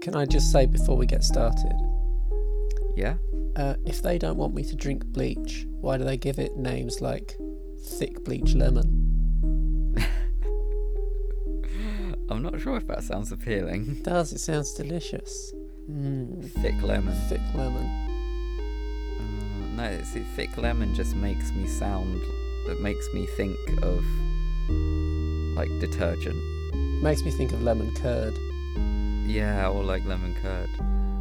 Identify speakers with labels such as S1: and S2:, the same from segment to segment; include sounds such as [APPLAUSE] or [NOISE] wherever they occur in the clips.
S1: Can I just say before we get started,
S2: Yeah.
S1: uh, if they don't want me to drink bleach, why do they give it names like thick bleach lemon?
S2: I'm not sure if that sounds appealing.
S1: It does, it sounds delicious. Mmm,
S2: Thick lemon.
S1: thick lemon.
S2: Uh, no, see, thick lemon just makes me sound. It makes me think of like detergent.
S1: Makes me think of lemon curd.
S2: Yeah, or like lemon curd.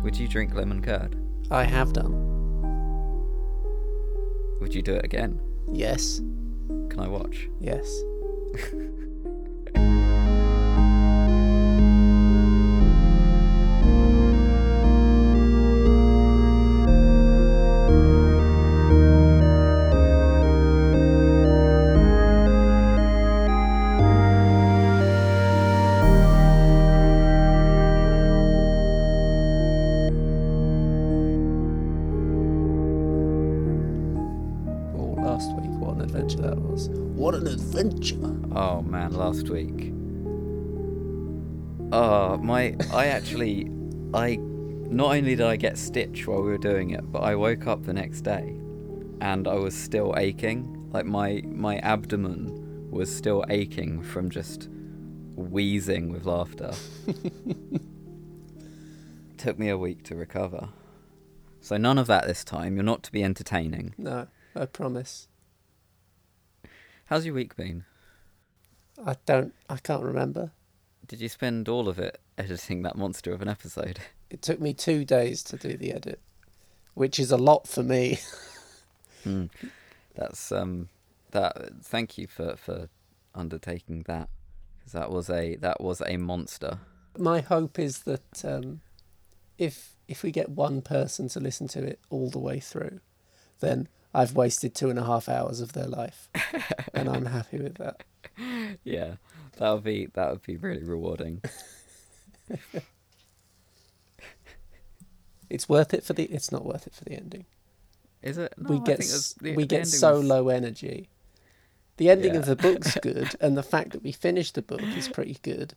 S2: Would you drink lemon curd?
S1: I have done.
S2: Would you do it again?
S1: Yes,
S2: Can I watch?
S1: yes. Oh, last week, what an adventure that was. What an adventure!
S2: Oh man, last week. Oh my! I actually, I not only did I get stitch while we were doing it, but I woke up the next day, and I was still aching. Like my my abdomen was still aching from just wheezing with laughter. Took me a week to recover. So none of that this time. You're not to be entertaining.
S1: No, I promise.
S2: How's your week been?
S1: I don't, I can't remember.
S2: Did you spend all of it editing that monster of an episode?
S1: It took me two days to do the edit, which is a lot for me.
S2: Mm. That's um that thank you for for undertaking that because that was a that was
S1: [LAUGHS]
S2: a monster.
S1: My hope is that um, if if we get one person to listen to it all the way through, then I've wasted two and a half hours of their
S2: [LAUGHS]
S1: life, and I'm happy with that.
S2: Yeah. That would be that would be
S1: [LAUGHS]
S2: really rewarding.
S1: It's worth it for the. It's not worth it for the ending.
S2: Is it? No,
S1: we
S2: I
S1: get
S2: think
S1: s-
S2: that's- the-
S1: we
S2: the
S1: get
S2: ending
S1: so
S2: was-
S1: low energy. The ending of
S2: Yeah.
S1: the book's
S2: [LAUGHS]
S1: good, and the fact that we finished the book is pretty good,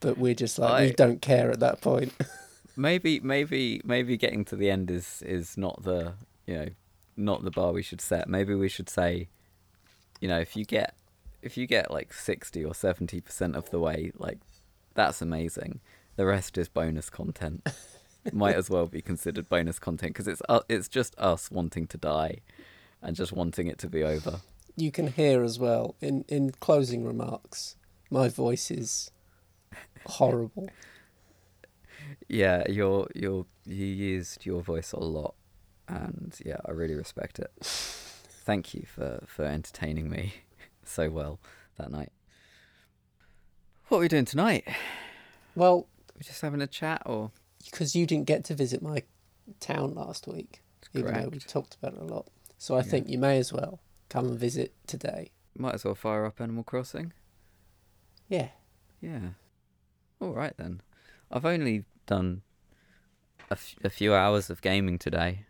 S1: but we're just like we
S2: I-
S1: don't care at that point. [LAUGHS]
S2: Maybe maybe maybe getting to the end is is not the you know not the bar we should set. Maybe we should say, you know, if you get if you get like sixty or seventy percent of the way, like that's amazing. The rest is bonus [LAUGHS] content. Might as well be considered bonus content because it's uh, it's just us wanting to die, and just wanting it to be over.
S1: you can hear as well in in closing remarks. My voice is horrible.
S2: Yeah, you're you're you used your voice a lot, and yeah, I really respect it. Thank you for for entertaining me [LAUGHS] so well that night. What are we doing tonight?
S1: Well,
S2: we just having a chat, or
S1: because you didn't get to visit my town last week, even though we
S2: Correct.
S1: talked about it a lot, so I
S2: Yeah.
S1: think you may as well come and visit today.
S2: might as well fire up Animal Crossing.
S1: Yeah,
S2: Yeah. All right then. I've only done a, f- a few hours of gaming today.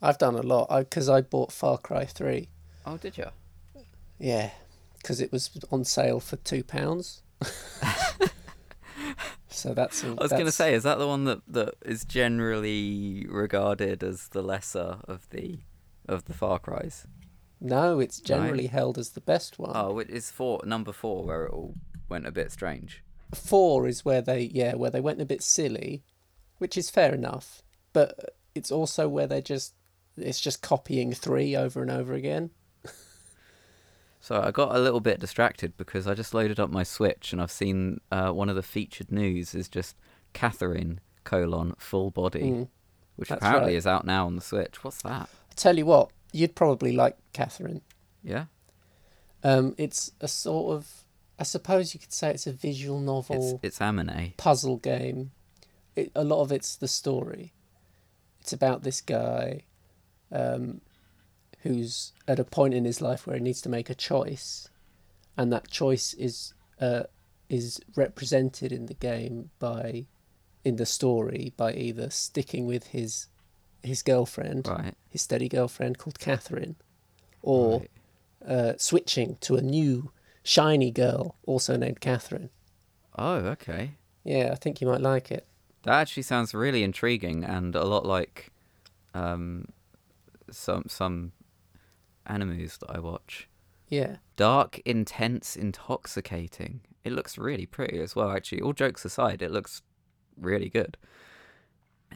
S1: I've done a lot because I bought Far Cry Three.
S2: Oh, did you?
S1: Yeah, because it was on sale for two
S2: [LAUGHS]
S1: pounds. so that's.
S2: I was going to say, is that the one that, that is generally regarded as the lesser of the of the Far Cries?
S1: No, it's generally held as the best one.
S2: Oh, it is four number four where it all went a bit strange.
S1: Four is where they yeah where they went a bit silly, which is fair enough. But it's also where they're just it's just copying three over and over again.
S2: So I got a little bit distracted because I just loaded up my Switch and I've seen uh, one of the featured news is just Catherine colon full body,
S1: Mm.
S2: which
S1: that's
S2: apparently
S1: right.
S2: is out now on the Switch. What's that?
S1: I tell you what, you'd probably like Catherine.
S2: Yeah,
S1: Um, it's a sort of I suppose you could say it's a visual novel.
S2: it's it's Amine.
S1: puzzle game. It, a lot of it's the story. It's about this guy um, who's at a point in his life where he needs to make a choice, and that choice is uh, is represented in the game by in the story by either sticking with his his girlfriend,
S2: Right.
S1: his steady girlfriend called Catherine, or
S2: right.
S1: uh, switching to a new shiny girl also named Catherine.
S2: Oh, okay.
S1: Yeah, I think you might like it.
S2: That actually sounds really intriguing and a lot like um, some some animes that I watch.
S1: Yeah.
S2: Dark, intense, intoxicating. It looks really pretty as well. Actually, all jokes aside, it looks really good.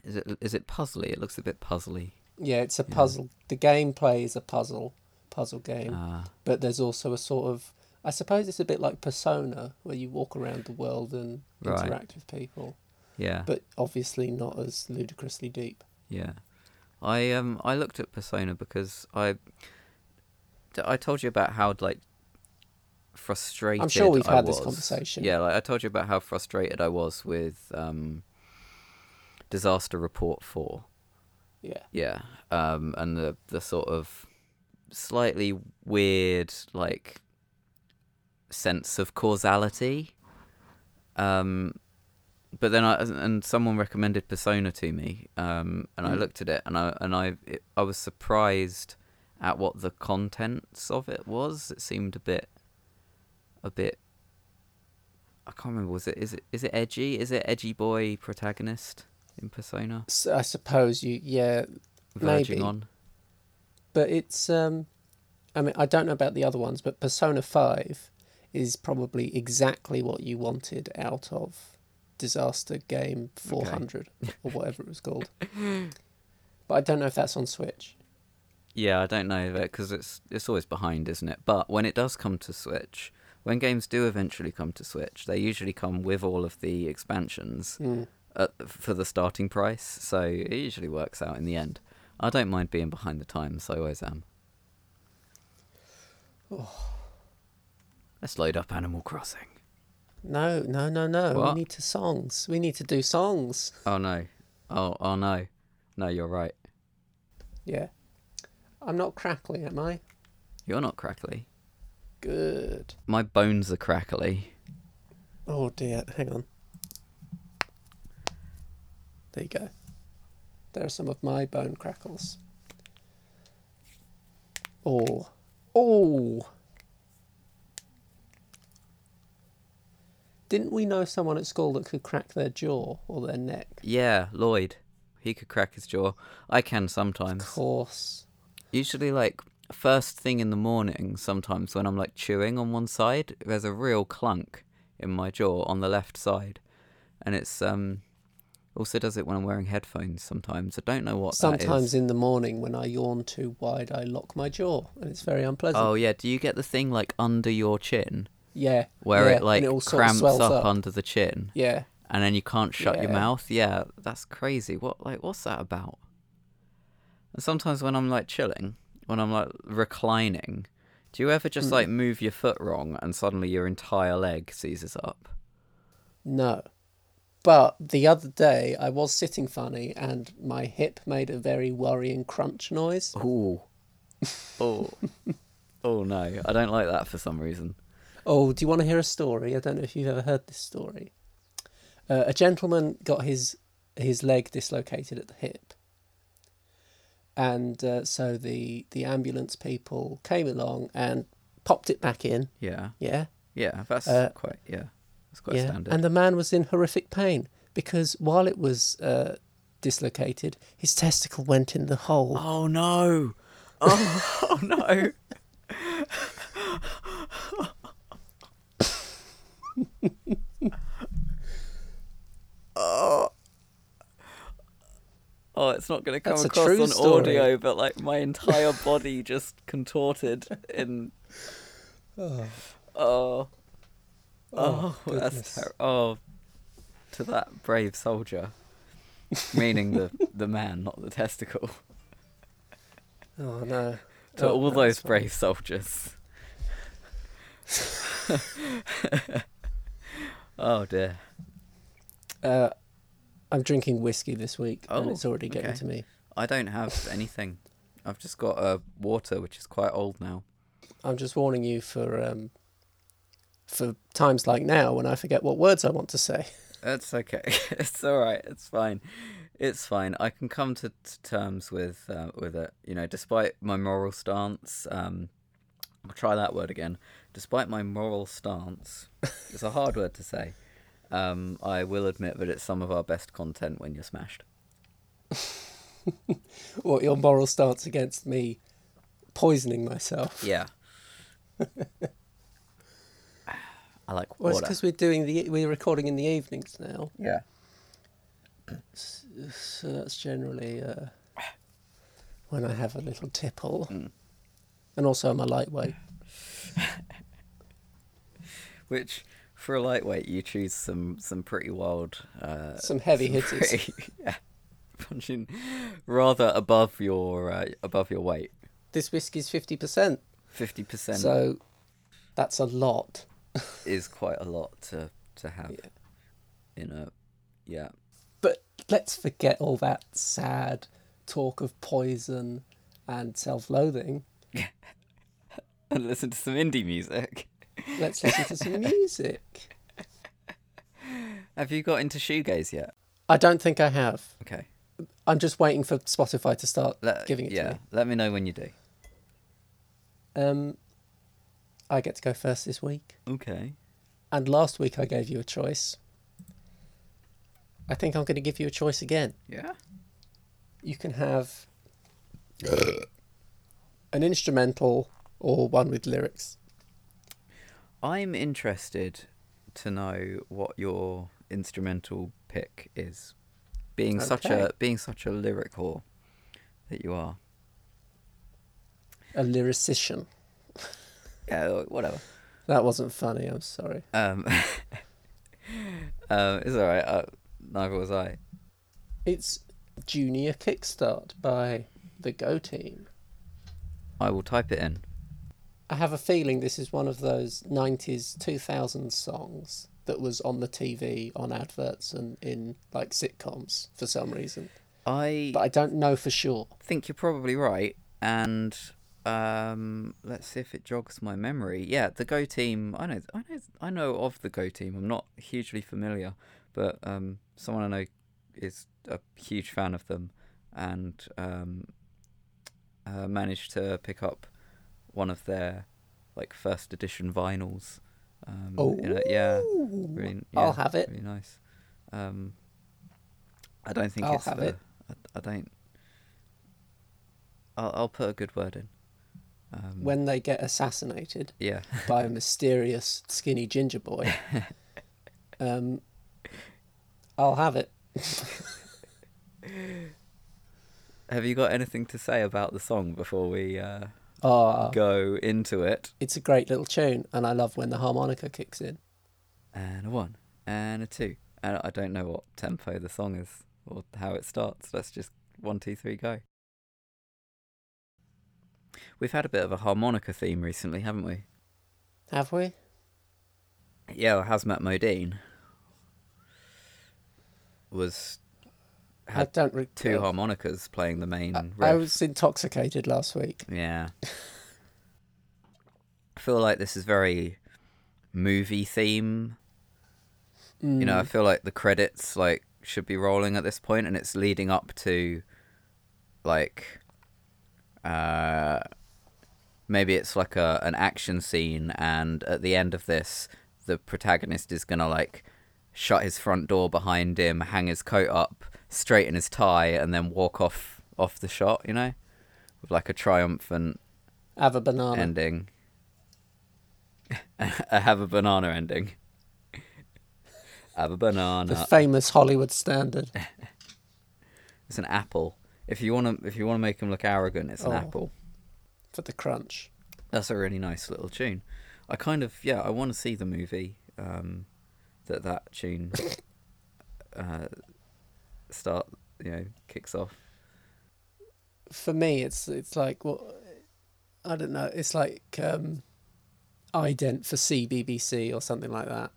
S2: Is it is it puzzly? It looks a bit puzzly.
S1: Yeah, it's a puzzle. The gameplay is a puzzle, puzzle game.
S2: Ah,
S1: But there's also a sort of, I suppose it's a bit like Persona, where you walk around the world and
S2: Right.
S1: interact with people,
S2: yeah,
S1: but obviously not as ludicrously deep.
S2: yeah. I um I looked at Persona because I d- I told you about how like frustrated.
S1: I'm sure we've
S2: I
S1: had this
S2: was.
S1: conversation.
S2: Yeah, like I told you about how frustrated I was with um, Disaster Report Four.
S1: Yeah.
S2: Yeah. Um, and the the sort of slightly weird like sense of causality. Um, but then I and someone recommended Persona to me, um, and I
S1: Mm.
S2: looked at it and I and I it, I was surprised at what the contents of it was. It seemed a bit, a bit. I can't remember. Was it is it is it edgy? Is it edgy boy protagonist in Persona?
S1: So I suppose you, yeah,
S2: Verging
S1: Maybe.
S2: on.
S1: but it's um i mean i don't know about the other ones but persona 5 is probably exactly what you wanted out of disaster game 400 or whatever it was
S2: [LAUGHS]
S1: called but i don't know if that's on switch
S2: Yeah, I don't know because it's it's always behind, isn't it? But when it does come to Switch, when games do eventually come to Switch, they usually come with all of the expansions
S1: Mm.
S2: at, for the starting price, so it usually works out in the end. I don't mind being behind the times; I always am. [SIGHS] Let's load up Animal Crossing.
S1: no no no no
S2: What?
S1: we need to songs we need to do songs
S2: Oh no! Oh oh no! No, you're right.
S1: yeah i'm not crackly am i
S2: You're not crackly.
S1: good
S2: My bones are crackly.
S1: oh dear hang on there you go there are some of my bone crackles Oh. Oh. Didn't we know someone at school that could crack their jaw or their neck?
S2: Yeah, Lloyd. He could crack his jaw. I can sometimes.
S1: Of course.
S2: usually like first thing in the morning sometimes when i'm like chewing on one side there's a real clunk in my jaw on the left side and it's um also does it when i'm wearing headphones sometimes i don't know what
S1: Sometimes
S2: that is.
S1: in the morning when I yawn too wide, I lock my jaw and it's very unpleasant.
S2: oh yeah do you get the thing like under your chin
S1: yeah.
S2: where
S1: yeah,
S2: it like
S1: and all sort of
S2: cramps
S1: swells
S2: up, under the chin
S1: Yeah.
S2: and then you can't shut your
S1: Yeah.
S2: mouth yeah that's crazy what like what's that about and sometimes when i'm like chilling when i'm like reclining do you ever just
S1: Hmm.
S2: like move your foot wrong and suddenly your entire leg seizes up
S1: No. But the other day I was sitting funny and my hip made a very worrying crunch noise.
S2: Ooh. oh
S1: [LAUGHS]
S2: oh no i don't like that for some reason
S1: Oh, do you want to hear a story? I don't know if you've ever heard this story. Uh, a gentleman got his his leg dislocated at the hip, and uh, so the the ambulance people came along and popped it back in.
S2: yeah
S1: Yeah,
S2: yeah that's
S1: Uh,
S2: quite yeah that's quite
S1: yeah.
S2: standard
S1: And the man was in horrific pain because while it was uh, dislocated, his testicle went in the hole.
S2: oh no oh, [LAUGHS] oh no Oh, it's not going to come
S1: That's a
S2: across
S1: true
S2: on
S1: story.
S2: audio, but like my entire body just contorted in.
S1: [SIGHS]
S2: Oh. Oh, that's
S1: goodness.
S2: ter- oh. To that brave soldier, meaning the the man, not the testicle.
S1: Oh no!
S2: To
S1: Oh,
S2: all
S1: no,
S2: those
S1: it's fine.
S2: brave soldiers. [LAUGHS] oh dear.
S1: Uh, I'm drinking whiskey this week, and
S2: Oh,
S1: it's already getting
S2: okay.
S1: to me.
S2: I don't have anything. I've just got uh, water, which is quite old now.
S1: I'm just warning you for um, for times like now when I forget what words I want to say. [LAUGHS]
S2: That's okay. [LAUGHS] it's all right. It's fine. It's fine. I can come to, to terms with uh, with it. You know, despite my moral stance, um, I'll try that word again. Despite my moral stance, it's a hard word to say. Um, I will admit that it's some of our best content when you're smashed.
S1: Or your moral stance against me poisoning myself. [LAUGHS]
S2: Yeah. I like
S1: Well, it's
S2: water.
S1: because we're doing the we're recording in the evenings now,
S2: yeah.
S1: so that's generally uh, when I have a little tipple, and also I'm a lightweight.
S2: Which, for a lightweight, you choose some some pretty wild, uh,
S1: Some heavy
S2: some
S1: hitters.
S2: [LAUGHS] pretty- yeah, punching rather above your uh, above your weight.
S1: This whiskey's fifty percent,
S2: Fifty percent
S1: so that's a lot.
S2: is quite a lot to to have
S1: Yeah.
S2: in a yeah. [LAUGHS]
S1: But let's forget all that sad talk of poison and self-loathing.
S2: And listen to some indie music.
S1: Let's listen to some music.
S2: Have you got into shoegaze yet?
S1: I don't think I have.
S2: Okay.
S1: I'm just waiting for Spotify to start
S2: Let,
S1: giving it
S2: yeah.
S1: to me.
S2: Let me know when you do.
S1: Um, I get to go first this week.
S2: Okay.
S1: And last week I gave you a choice. I think I'm going to give you a choice again.
S2: Yeah.
S1: You can have an instrumental or one with lyrics.
S2: I'm interested to know what your instrumental pick is. Being such
S1: Okay.
S2: a being such a lyric whore that you are.
S1: A lyricician.
S2: Yeah, or whatever.
S1: That wasn't funny. I'm sorry.
S2: Um, [LAUGHS] um it's all right. Uh, neither was I.
S1: It's Junior Kickstart by the Go Team.
S2: I will type it in.
S1: I have a feeling this is one of those 90s, 2000s songs that was on the TV, on adverts, and in like sitcoms for some reason.
S2: I
S1: But I don't know for sure.
S2: think you're probably right. And um, let's see if it jogs my memory. Yeah, the Go team. I know. I know. I know of the Go team. I'm not hugely familiar, but um, someone I know is a huge fan of them, and um, uh, managed to pick up one of their like first edition vinyls. Um, in a- yeah,
S1: Ooh.
S2: really,
S1: I'll
S2: yeah,
S1: have it.
S2: Really nice. Um, I don't think
S1: I'll
S2: it's
S1: have
S2: the,
S1: it.
S2: I, I don't. I'll, I'll put a good word in. Um,
S1: When they get assassinated
S2: yeah, [LAUGHS]
S1: by a mysterious skinny ginger boy, um, I'll have
S2: [LAUGHS]
S1: it.
S2: have you got anything to say about the song before we uh,
S1: Ah,
S2: go into it?
S1: it's a great little tune, and I love when the harmonica kicks in.
S2: And a one, and a two. And I don't know what tempo the song is or how it starts. Let's just one, two, three, go. We've had a bit of a harmonica theme recently, haven't we?
S1: Have we?
S2: Yeah, well, Hazmat Modine was
S1: I
S2: had
S1: don't. Re-
S2: two
S1: uh,
S2: harmonicas playing the main
S1: I,
S2: riff.
S1: I was intoxicated last week. [LAUGHS]
S2: Yeah. I feel like this is very movie theme.
S1: Mm.
S2: You know, I feel like the credits like should be rolling at this point and it's leading up to like uh maybe it's like a an action scene and at the end of this the protagonist is going to like shut his front door behind him, hang his coat up, straighten his tie and then walk off off the shot, you know? With like a triumphant
S1: Have a banana.
S2: ending. [LAUGHS] I have a banana ending. [LAUGHS] have a
S1: the
S2: banana.
S1: famous Hollywood
S2: [LAUGHS]
S1: standard.
S2: it's an apple. If you want to, if you want to make him look arrogant, it's an
S1: Oh.
S2: apple.
S1: for the crunch.
S2: That's a really nice little tune. I kind of yeah, I want to see the movie um, that that tune [LAUGHS] uh, start you know kicks off.
S1: For me, it's it's like what I don't know. It's like um, ident for CBBC or something like that.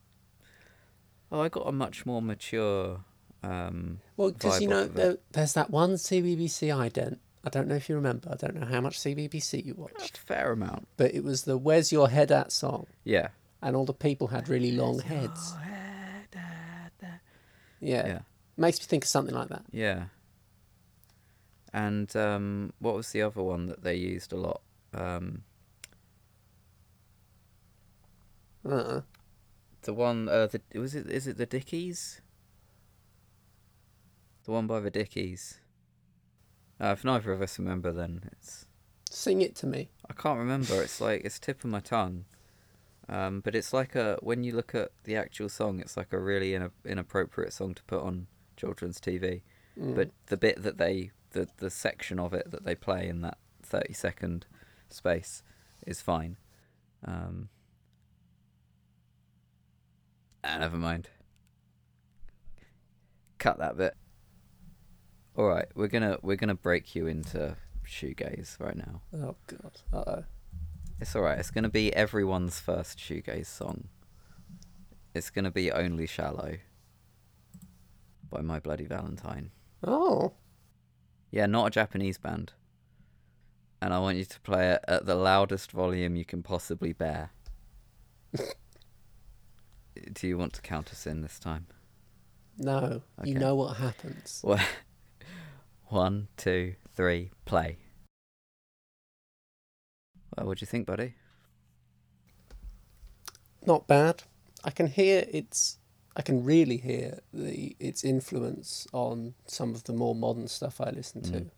S2: Oh, I got a much more mature. Um,
S1: Well, because
S2: vibe
S1: you know
S2: off of it.
S1: there, there's that one CBBC ident. I don't know if you remember. I don't know how much CBBC you watched,
S2: fair amount.
S1: but it was the "Where's Your Head At" song,
S2: Yeah.
S1: and all the people had really long heads. Yeah.
S2: Yeah.
S1: makes me think of something like that.
S2: Yeah. And um, what was the other one that they used a lot? Um,
S1: Uh-uh.
S2: the one uh the was it is it the Dickies? The one by the Dickies. Uh, if neither of us remember, then it's
S1: Sing it to me.
S2: I can't remember. It's like it's tip of my tongue. Um, but it's like a when you look at the actual song, it's like a really ina- inappropriate song to put on children's TV.
S1: Hmm. Mm.
S2: But the bit that they the the section of it that they play in that thirty second space is fine. Um, ah, never mind. Cut that bit. All right, we're gonna we're gonna break you into shoegaze right now.
S1: Oh god. Uh oh.
S2: It's alright. It's gonna be everyone's first shoegaze song. It's gonna be "Only Shallow" by My Bloody Valentine.
S1: Oh.
S2: Yeah, not a Japanese band. And I want you to play it at the loudest volume you can possibly bear. [LAUGHS] Do you want to count us in this time?
S1: No. You
S2: Okay.
S1: know what happens.
S2: Well, [LAUGHS] One, two, three, play. Well, what do you think, buddy?
S1: Not bad. I can hear its I can really hear the its influence on some of the more modern stuff I listen to.
S2: Mm.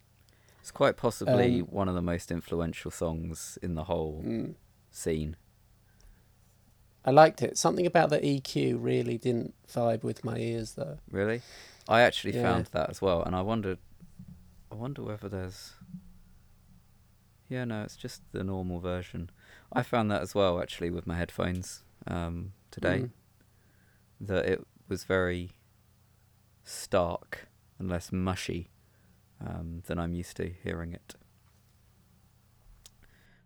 S2: It's quite possibly
S1: Um,
S2: one of the most influential songs in the whole
S1: Mm.
S2: scene.
S1: I liked it. Something about the EQ really didn't vibe with my ears though.
S2: Really? I actually
S1: Yeah.
S2: found that as well, and I wondered. I wonder whether there's. Yeah, no, it's just the normal version. I found that as well, actually, with my headphones um, today.
S1: Mm.
S2: That it was very stark and less mushy um, than I'm used to hearing it.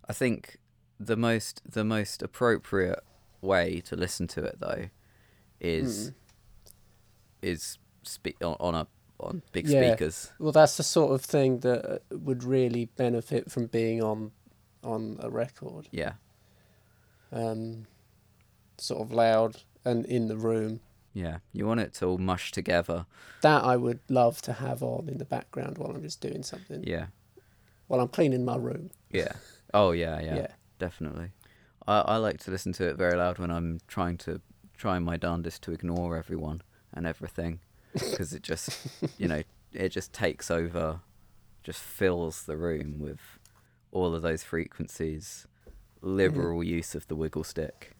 S2: I think the most the most appropriate way to listen to it though is is spe- on, on a on big
S1: Yeah.
S2: speakers.
S1: Well, that's the sort of thing that uh, would really benefit from being on on a record.
S2: Yeah,
S1: Um, sort of loud and in the room.
S2: yeah. You want it to all mush together.
S1: That I would love to have on in the background while I'm just doing something.
S2: Yeah,
S1: While I'm cleaning my room.
S2: yeah. Oh yeah, yeah.
S1: Yeah.
S2: Definitely. I, I like to listen to it very loud when I'm trying to trying my darndest to ignore everyone and
S1: [LAUGHS]
S2: everything, because it just you know it just takes over, just fills the room with all of those frequencies. Liberal use of the wiggle stick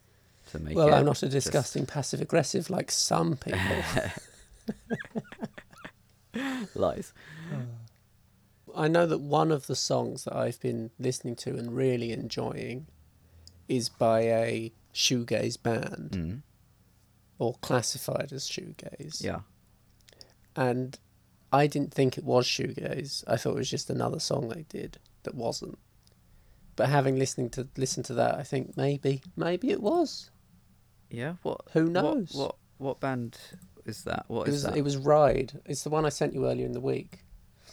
S2: to make
S1: well,
S2: it
S1: I'm not a
S2: just-
S1: disgusting passive aggressive like some people.
S2: [LAUGHS] lies.
S1: I know that one of the songs that I've been listening to and really enjoying is by a shoegaze band
S2: Mm.
S1: or classified as shoegaze.
S2: Yeah.
S1: and I didn't think it was shoegaze. I thought it was just another song they did that wasn't. But having listening to listen to that, I think maybe maybe it was.
S2: Yeah. What?
S1: Who
S2: what-
S1: knows?
S2: What? What, band is that? What
S1: it
S2: is
S1: was
S2: that?
S1: it was Ride. It's the one I sent you earlier in the week.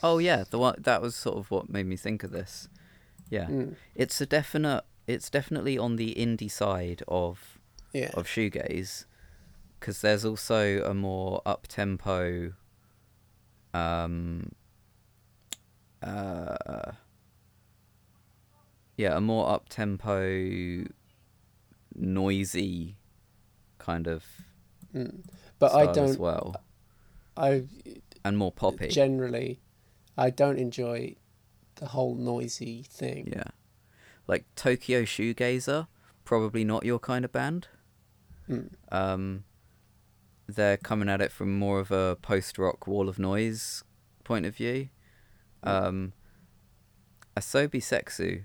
S2: Oh yeah, the one that was sort of what made me think of this. Yeah,
S1: Mm.
S2: it's a definite. It's definitely on the indie side of
S1: Yeah.
S2: of shoegaze, because there's also a more up tempo. Um. Uh. Yeah, a more up tempo, noisy, kind of.
S1: Mm. But I
S2: style as
S1: don't.
S2: well,
S1: I
S2: and more poppy.
S1: generally, I don't enjoy the whole noisy thing.
S2: Yeah. Like Tokyo Shoegazer, probably not your kind of band.
S1: Mm.
S2: Um, they're coming at it from more of a post rock wall of noise point of view. Um, Asobi Sexu,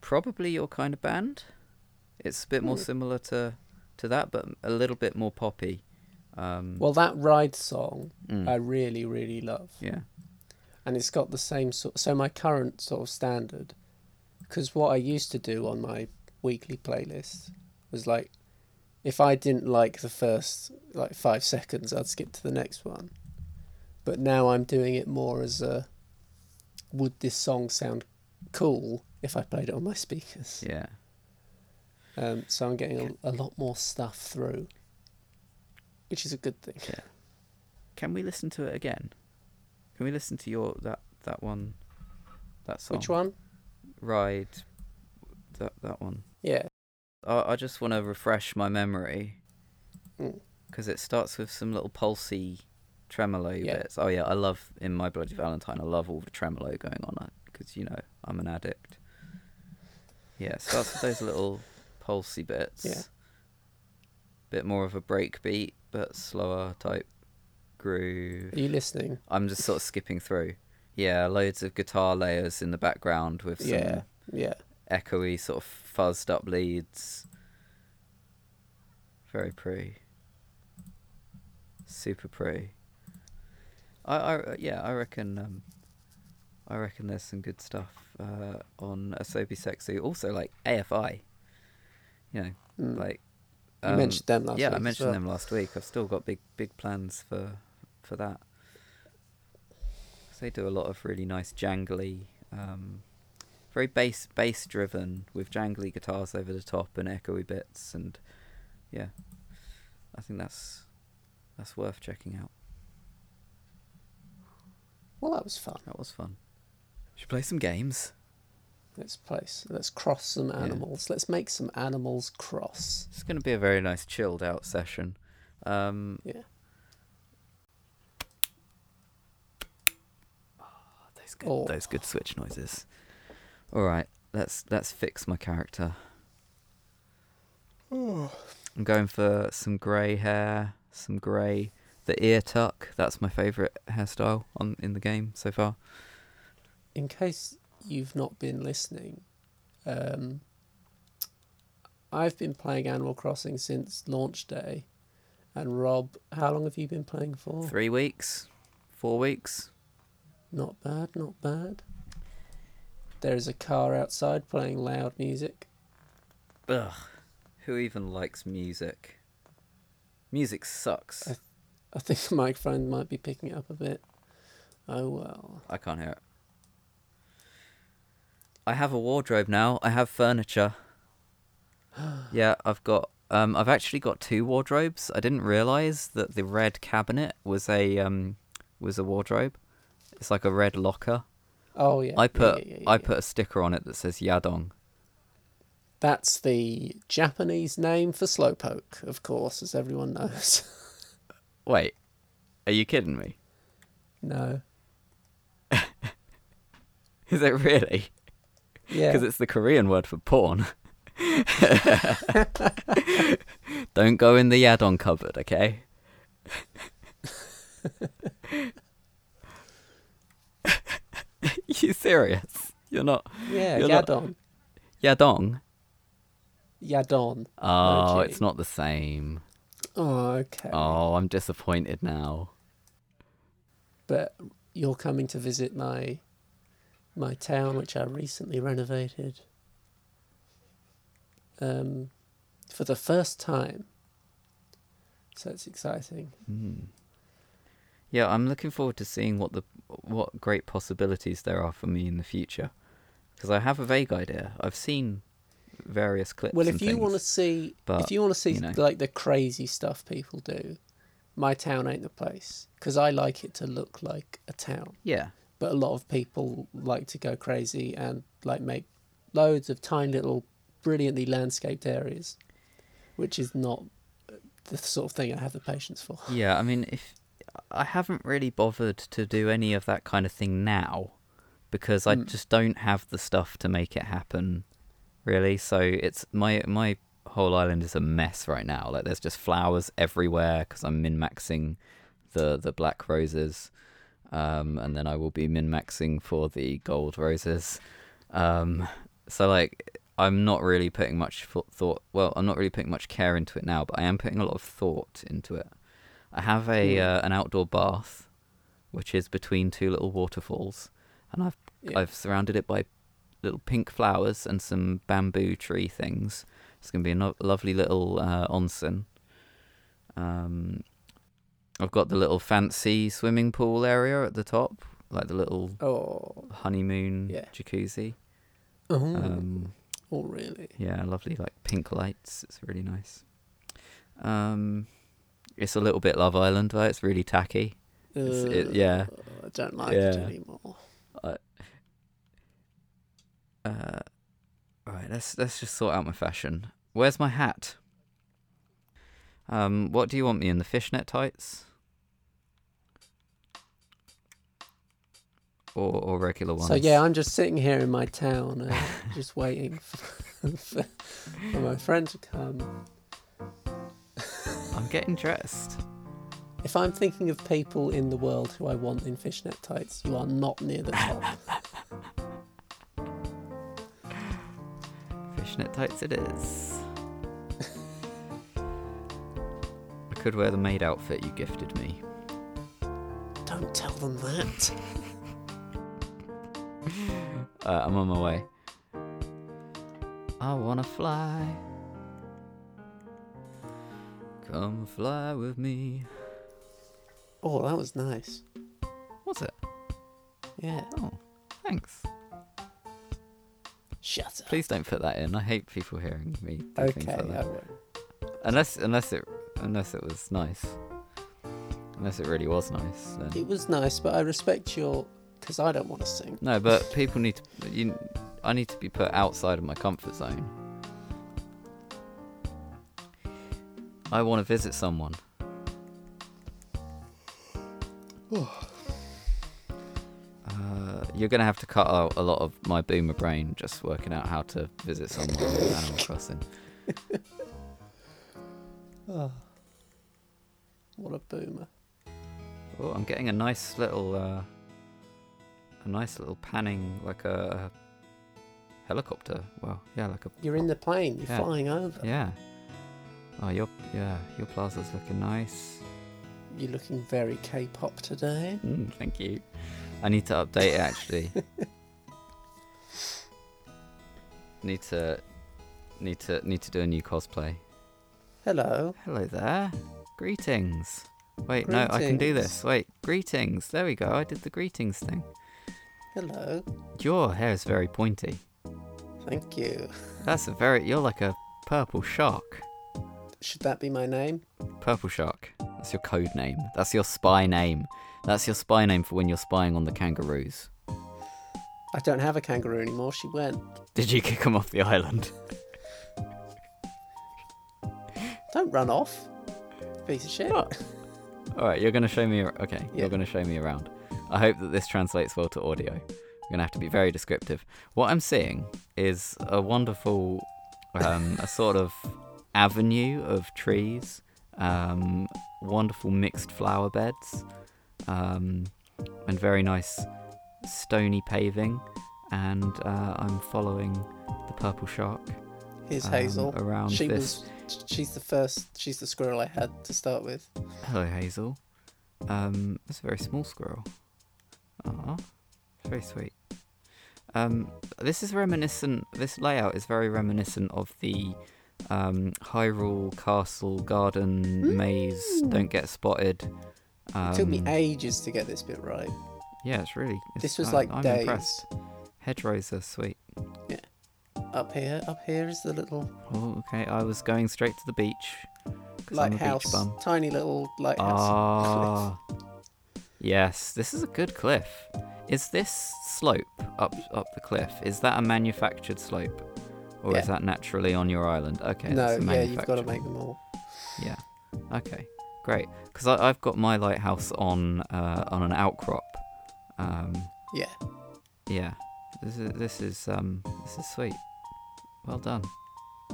S2: probably your kind of band. It's a bit more similar to, to that, but a little bit more poppy. Um,
S1: Well, that Ride song
S2: mm,
S1: I really really love.
S2: yeah.
S1: and it's got the same sort. So my current sort of standard, because what I used to do on my weekly playlist was like, if I didn't like the first like five seconds, I'd skip to the next one. But now I'm doing it more as a, would this song sound cool if I played it on my [LAUGHS] speakers?
S2: Yeah.
S1: Um, so I'm getting a, a lot more stuff through, which is a good thing.
S2: Can we listen to it again? Can we listen to your that that one, that song?
S1: Which one?
S2: ride that that one
S1: Yeah.
S2: i, I just want to refresh my memory
S1: Mm.
S2: because it starts with some little pulsy tremolo
S1: Yeah.
S2: bits. Oh yeah, I love in my bloody Valentine. I love all the tremolo going on because you know I'm an addict. Yeah, it starts with those little pulsy bits.
S1: Yeah.
S2: Bit more of a break beat, but slower type groove.
S1: Are you listening?
S2: I'm just sort of skipping through. Yeah, loads of guitar layers in the background with some
S1: Yeah, yeah.
S2: echoey sort of fuzzed up leads. Very pretty. Super pretty. I, I yeah, I reckon um, I reckon there's some good stuff uh, on Asobi Sexy. Also like AFI. You know,
S1: Mm.
S2: like um,
S1: you mentioned them last
S2: yeah,
S1: week
S2: I
S1: as
S2: mentioned
S1: well.
S2: them last week. I've still got big big plans for for that. 'Cause They do a lot of really nice jangly, um, very bass bass driven with jangly guitars over the top and echoey bits and yeah, I think that's that's worth checking out.
S1: Well, that was fun.
S2: That was fun. Should play some games.
S1: Let's place. Let's cross some animals. Let's make some animals cross.
S2: It's going to be a very nice chilled out session. Um,
S1: Yeah.
S2: Those good,
S1: Oh.
S2: those good switch noises. All right, let's let's fix my character. I'm going for some grey hair, some grey, the ear tuck. That's my favourite hairstyle on in the game so far.
S1: In case you've not been listening, um, I've been playing Animal Crossing since launch day. And Rob, how long have you been playing for?
S2: Three weeks, four weeks.
S1: Not bad, not bad. There is a car outside playing loud music.
S2: Ugh, who even likes music? Music
S1: I
S2: sucks.
S1: I think the [LAUGHS] microphone might be picking it up a bit. Oh well.
S2: I can't hear it. I have a wardrobe now. I have
S1: [GASPS]
S2: furniture. yeah, I've got. Um, I've actually got two wardrobes. I didn't realize that the red cabinet was a um, was a wardrobe. It's like a red locker.
S1: Oh yeah.
S2: I
S1: yeah,
S2: put
S1: yeah, yeah,
S2: I
S1: yeah.
S2: put a sticker on it that says Yadong.
S1: That's the Japanese name for slowpoke, of course, as everyone [LAUGHS] knows.
S2: Wait, are you kidding me? [LAUGHS]
S1: no.
S2: Is it really?
S1: Yeah.
S2: Because it's the Korean word
S1: [LAUGHS]
S2: for porn. Don't go in the Yadon cupboard, okay? [LAUGHS] you serious? You're not
S1: yeah,
S2: you're not-
S1: Yadon.
S2: Yadong?
S1: Yadon.
S2: Oh,
S1: gee.
S2: it's not the same.
S1: Oh, okay.
S2: Oh, I'm disappointed now.
S1: But you're coming to visit my my town which I recently renovated. Um for the first time. So it's exciting.
S2: Hmm. Yeah, I'm looking forward to seeing what the what great possibilities there are for me in the future. Because I have a vague idea. I've seen various clips.
S1: Well,
S2: and
S1: if you
S2: things.
S1: want to see,
S2: but,
S1: if you want to see
S2: you know.
S1: like the crazy stuff people do, my town ain't the place because I like it to look like a town.
S2: yeah,
S1: But a lot of people like to go crazy and like make loads of tiny little brilliantly landscaped areas, which is not the sort of thing I have the patience for.
S2: Yeah, I mean, if I haven't really bothered to do any of that kind of thing now, because I
S1: Mm.
S2: just don't have the stuff to make it happen, really. So it's my my whole island is a mess right now. Like, there's just flowers everywhere because I'm min maxing the the black roses, um, and then I will be min maxing for the gold roses. Um, so like. I'm not really putting much fo- thought. Well, I'm not really putting much care into it now, but I am putting a lot of thought into it. I have a
S1: Mm.
S2: uh, an outdoor bath, which is between two little waterfalls, and I've
S1: Yeah.
S2: I've surrounded it by little pink flowers and some bamboo tree things. It's gonna be a no- lovely little uh, onsen. Um, I've got the little fancy swimming pool area at the top, like the little
S1: Oh,
S2: honeymoon
S1: Yeah.
S2: jacuzzi.
S1: oh,
S2: Um,
S1: oh, really?
S2: yeah, lovely like pink lights. It's really nice. Um, it's a little bit Love Island though. It's really tacky. It's- it- yeah.
S1: Ugh, I don't like it
S2: Yeah.
S1: anymore.
S2: Uh, all right, let's let's just sort out my fashion. Where's my hat? Um, what do you want me in the fishnet tights? Or, or regular ones?
S1: So yeah, I'm just sitting here in my town, uh,
S2: [LAUGHS]
S1: just waiting [LAUGHS] for, for, for my friend to come.
S2: I'm getting dressed.
S1: If I'm thinking of people in the world who I want in fishnet tights, you are not near the top.
S2: Fishnet tights it is. I could wear the maid outfit you gifted me.
S1: [LAUGHS] Don't tell them that.
S2: Uh, I'm on my way. I wanna fly. Come fly with me.
S1: Oh, that was nice.
S2: What's it?
S1: Yeah.
S2: Oh, thanks.
S1: Shut up.
S2: Please don't put that in. I hate people hearing me do things
S1: Okay. uh,
S2: like
S1: I
S2: that.
S1: won't.
S2: Unless, unless it, unless it was nice. Unless it really was nice. Then.
S1: It was nice, but I respect your because I don't want to sing.
S2: No, but people need to. You, I need to be put outside of my comfort zone. I want to visit someone. Uh, you're gonna have to cut out a lot of my boomer brain just working out how to visit someone in Animal Crossing. Ah.
S1: What a boomer.
S2: Oh, I'm getting a nice little, uh, a nice little panning like a helicopter. Well, yeah, like a
S1: You're in the plane. You're
S2: Yeah.
S1: flying over.
S2: Yeah. Oh, your yeah, your plaza's looking nice.
S1: You're looking very K-pop today.
S2: Mm, thank you. I need to update it actually. [LAUGHS] need to need to need to do a new cosplay.
S1: Hello.
S2: Hello there. Greetings. Wait, no, I can do this.
S1: Greetings.
S2: Wait, greetings. There we go. I did the greetings thing.
S1: Hello.
S2: Your hair is very pointy.
S1: Thank you.
S2: That's a very you're like a purple shark.
S1: Should that be my name?
S2: Purple Shark. That's your code name. That's your spy name. That's your spy name for when you're spying on the kangaroos.
S1: I don't have a kangaroo anymore. She went.
S2: Did you kick them off the island?
S1: Don't run off. Piece of shit.
S2: All right, you're going to show me. ar- Okay,
S1: Yeah.
S2: you're going to show me around. I hope that this translates well to audio. We're going to have to be very descriptive. What I'm seeing is a wonderful, um, a sort of avenue of trees, um, wonderful mixed flower beds, um, and very nice stony paving. And uh, I'm following the purple shark.
S1: Here's
S2: um,
S1: Hazel.
S2: around
S1: she
S2: this.
S1: was. She's the first. She's the squirrel I had to start with.
S2: Hello, Hazel. Um, it's a very small squirrel. Ah, very sweet. Um, this is reminiscent. This layout is very reminiscent of the um, Hyrule Castle Garden
S1: Mm.
S2: Maze. Don't get spotted. Um,
S1: It took me ages to get this bit right.
S2: yeah, it's really. It's,
S1: This was
S2: I-
S1: like
S2: I'm
S1: days.
S2: Impressed. Hedgerows are sweet.
S1: Up here, up here is the little
S2: Oh, okay. I was going straight to the beach. 'cause I'm a beach
S1: lighthouse,
S2: bum.
S1: tiny little lighthouse.
S2: Ah, [LAUGHS] yes. This is a good cliff. Is this slope up up the cliff? Is that a manufactured slope, or is
S1: Yeah.
S2: that naturally on your island? Okay.
S1: no,
S2: that's a
S1: yeah, you've got to
S2: manufactured
S1: make
S2: one.
S1: them all.
S2: Yeah. Okay. Great. Because I've got my lighthouse on uh, on an outcrop. Um,
S1: Yeah,
S2: yeah. This is this is um this is sweet. Well done.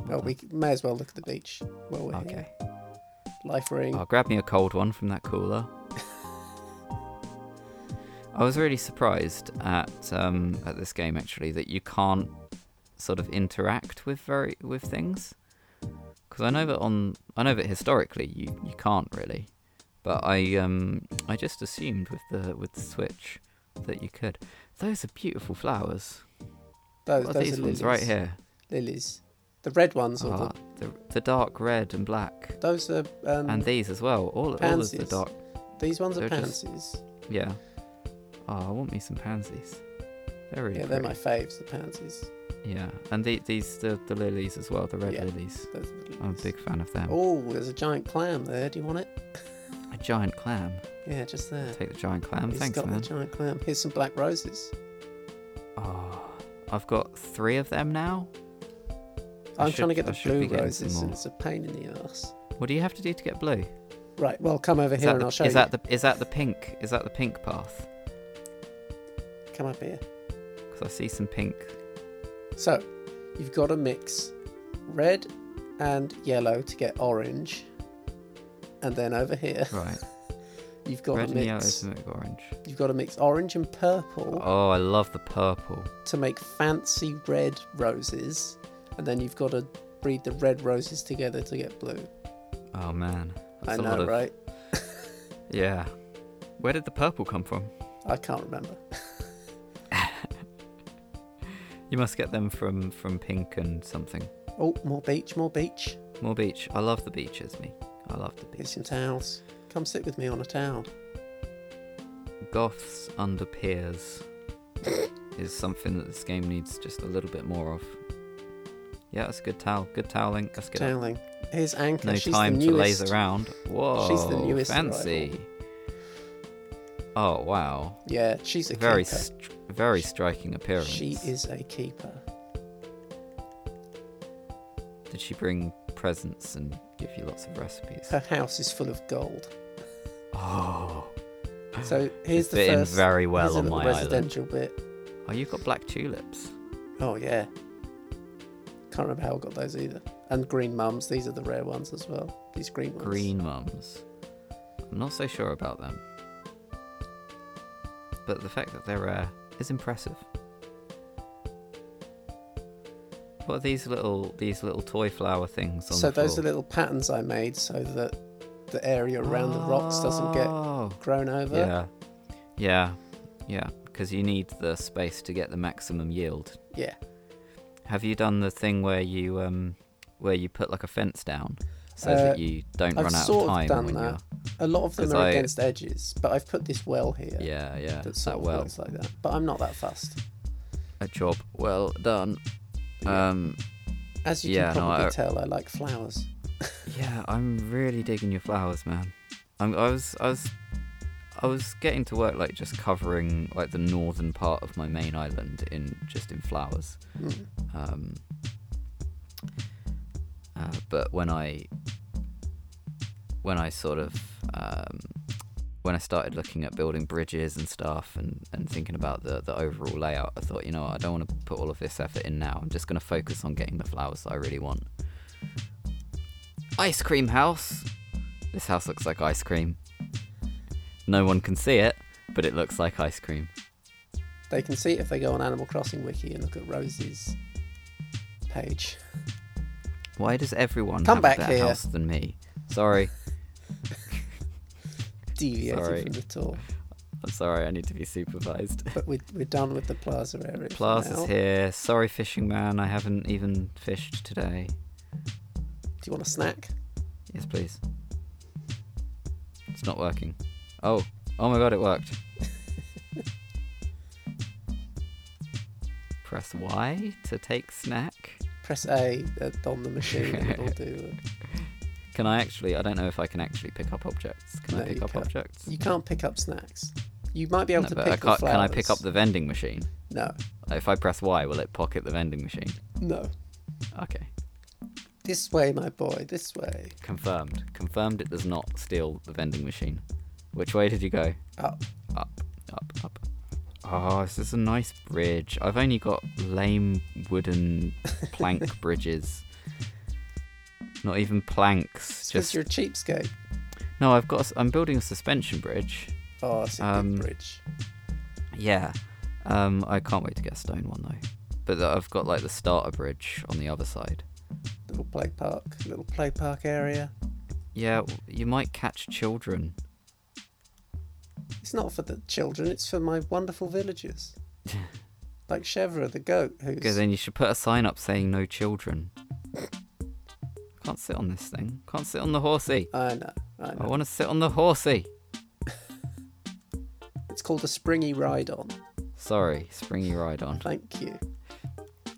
S1: well, we c- may as well look at the beach while we're
S2: Okay.
S1: here. Life ring.
S2: Oh, grab me a cold one from that cooler. I was really surprised at um, at this game actually that you can't sort of interact with very with things because I know that on I know that historically you, you can't really, but I um I just assumed with the with the Switch that you could. Those are beautiful flowers.
S1: those
S2: What are
S1: those
S2: these
S1: are
S2: ones
S1: lilies.
S2: right here?
S1: Lilies. The red ones, or
S2: Ah, the, the dark red and black,
S1: the, those are um,
S2: and these as well. All all of the
S1: pansies.
S2: dark
S1: these ones are
S2: they're just-
S1: pansies.
S2: Yeah. Oh, I want me some pansies. They're really
S1: Yeah, they're my
S2: pretty.
S1: faves. The pansies.
S2: Yeah, and the, these the, the lilies as well, the red
S1: Yeah.
S2: lilies.
S1: Those are the
S2: I'm a
S1: lilies.
S2: big fan of them.
S1: Oh, there's a giant clam there. Do you want it?
S2: A giant clam.
S1: Yeah, just there.
S2: Take the giant clam.
S1: He's
S2: Thanks,
S1: got the
S2: man.
S1: giant clam. Here's some black roses.
S2: Oh, I've got three of them now. I
S1: I'm
S2: should-
S1: trying to get
S2: I
S1: the
S2: should be
S1: blue
S2: getting some
S1: roses, and
S2: more.
S1: it's a pain in the ass.
S2: What do you have to do to get blue?
S1: Right, well, come over
S2: Is
S1: here
S2: that
S1: and
S2: the,
S1: I'll show
S2: is
S1: you.
S2: that the is that the pink? Is that the pink path?
S1: Come up here.
S2: Because I see
S1: [LAUGHS]
S2: some pink.
S1: So, you've got to mix red and yellow to get orange. And then over here, [LAUGHS]
S2: Right.
S1: you've got
S2: Red
S1: to
S2: and yellow
S1: mix
S2: to make orange.
S1: you've got to mix orange and purple
S2: Oh, I love the purple.
S1: to make fancy red roses. And then you've got to breed the red roses together to get blue.
S2: Oh man.
S1: I
S2: That's a lot
S1: know,
S2: of-
S1: right?
S2: Yeah. Where did the purple come from?
S1: I can't remember.
S2: You must get them from from pink and something.
S1: Oh, more beach, more beach.
S2: More beach. I love the beaches, me. I love the
S1: Here's
S2: beach.
S1: some towels. Come sit with me on a towel.
S2: Goths under piers [LAUGHS] is something that this game needs just a little bit more of. Yeah, that's a good towel. Good towel link. That's good.
S1: Toweling. Here's Anchor.
S2: No
S1: She's
S2: time
S1: the
S2: to
S1: newest.
S2: laze around. Whoa,
S1: newest
S2: fancy. Oh wow,
S1: Yeah, she's a
S2: very
S1: keeper.
S2: str very striking appearance.
S1: She is a keeper.
S2: Did she bring presents and give you lots of recipes?
S1: Her house is full of
S2: [GASPS]
S1: gold.
S2: oh,
S1: So here's the
S2: fit in
S1: first.
S2: very well
S1: here's a
S2: on
S1: little
S2: my island.
S1: residential bit.
S2: Oh, you've got black tulips.
S1: Oh yeah. Can't remember how I got those either. And green mums. These are the rare ones as well. These green ones.
S2: Green mums. I'm not so sure about them. But the fact that they're rare is impressive. What are these little these little toy flower things on
S1: So
S2: the floor?
S1: those are little patterns I made so that the area around the rocks doesn't get
S2: Oh,
S1: grown over.
S2: Yeah. Yeah. Yeah. Because you need the space to get the maximum yield.
S1: Yeah.
S2: Have you done the thing where you um where you put like a fence down so that
S1: Uh,
S2: you don't
S1: I've
S2: run out
S1: sort
S2: of
S1: of
S2: time
S1: done
S2: when
S1: that. A lot of them
S2: 'Cause
S1: are
S2: I-
S1: against edges, but I've put this well here.
S2: you're Yeah, yeah.
S1: That
S2: That's
S1: sort
S2: that
S1: of
S2: well.
S1: looks like that. But I'm not that fast.
S2: A job well done.
S1: Yeah.
S2: Um
S1: As you
S2: yeah,
S1: can
S2: no,
S1: probably
S2: I-
S1: tell, I like flowers.
S2: yeah, I'm really digging your flowers, man. I'm, I was I was I was getting to work like just covering like the northern part of my main island in just in flowers.
S1: Mm.
S2: Um, uh, but when I when I sort of um, when I started looking at building bridges and stuff and, and thinking about the, the overall layout, I thought, you know, what, I don't want to put all of this effort in now. I'm just going to focus on getting the flowers that I really want. Ice cream house. This house looks like ice cream. No one can see it, but it looks like ice cream.
S1: They can see it if they go on Animal Crossing Wiki and look at Rosie's page.
S2: Why does everyone
S1: Come
S2: have
S1: back
S2: a better
S1: here.
S2: house than me? Sorry.
S1: Deviated
S2: Sorry.
S1: from the tour.
S2: I'm sorry, I need to be supervised.
S1: But we're, we're done with the plaza area. for now.
S2: Plaza's here. Sorry, fishing man, I haven't even fished today.
S1: Do you want a snack?
S2: Yes, please. It's not working. Oh, oh my god, it worked.
S1: [LAUGHS]
S2: Press Y to take snack.
S1: Press A uh, on the machine and it'll do
S2: [LAUGHS]
S1: it.
S2: Can I actually? I don't know if I can actually pick up objects. Can
S1: No,
S2: I pick
S1: you
S2: up
S1: can't.
S2: objects?
S1: You can't pick up snacks. You might be able
S2: No,
S1: to
S2: but
S1: pick
S2: I
S1: the
S2: can't-
S1: flowers.
S2: can I pick up the vending machine?
S1: No,
S2: If I press Y, will it pocket the vending machine?
S1: no.
S2: Okay.
S1: This way, my boy, this way.
S2: Confirmed. Confirmed it does not steal the vending machine. Which way did you go?
S1: Up.
S2: Up, up, up. Oh, this is a nice bridge. I've only got lame wooden plank bridges. Not even planks.
S1: It's 'cause
S2: Just
S1: you're a cheapskate.
S2: no. I've got. a s- I'm building a suspension bridge.
S1: Oh, it's a
S2: Um,
S1: big bridge.
S2: Yeah. Um, I can't wait to get a stone one though. But th- I've got like the starter bridge on the other side.
S1: Little play park, little play park area.
S2: Yeah, w- you might catch children.
S1: It's not for the children, it's for my wonderful
S2: [LAUGHS]
S1: villagers. like Chevra the goat,
S2: Okay,
S1: who's.
S2: then you should put a sign up saying no children. Can't sit on this thing. Can't sit on the horsey.
S1: I know, I know.
S2: I want to sit on the horsey.
S1: It's called a springy ride on.
S2: Sorry, springy ride on.
S1: Thank you.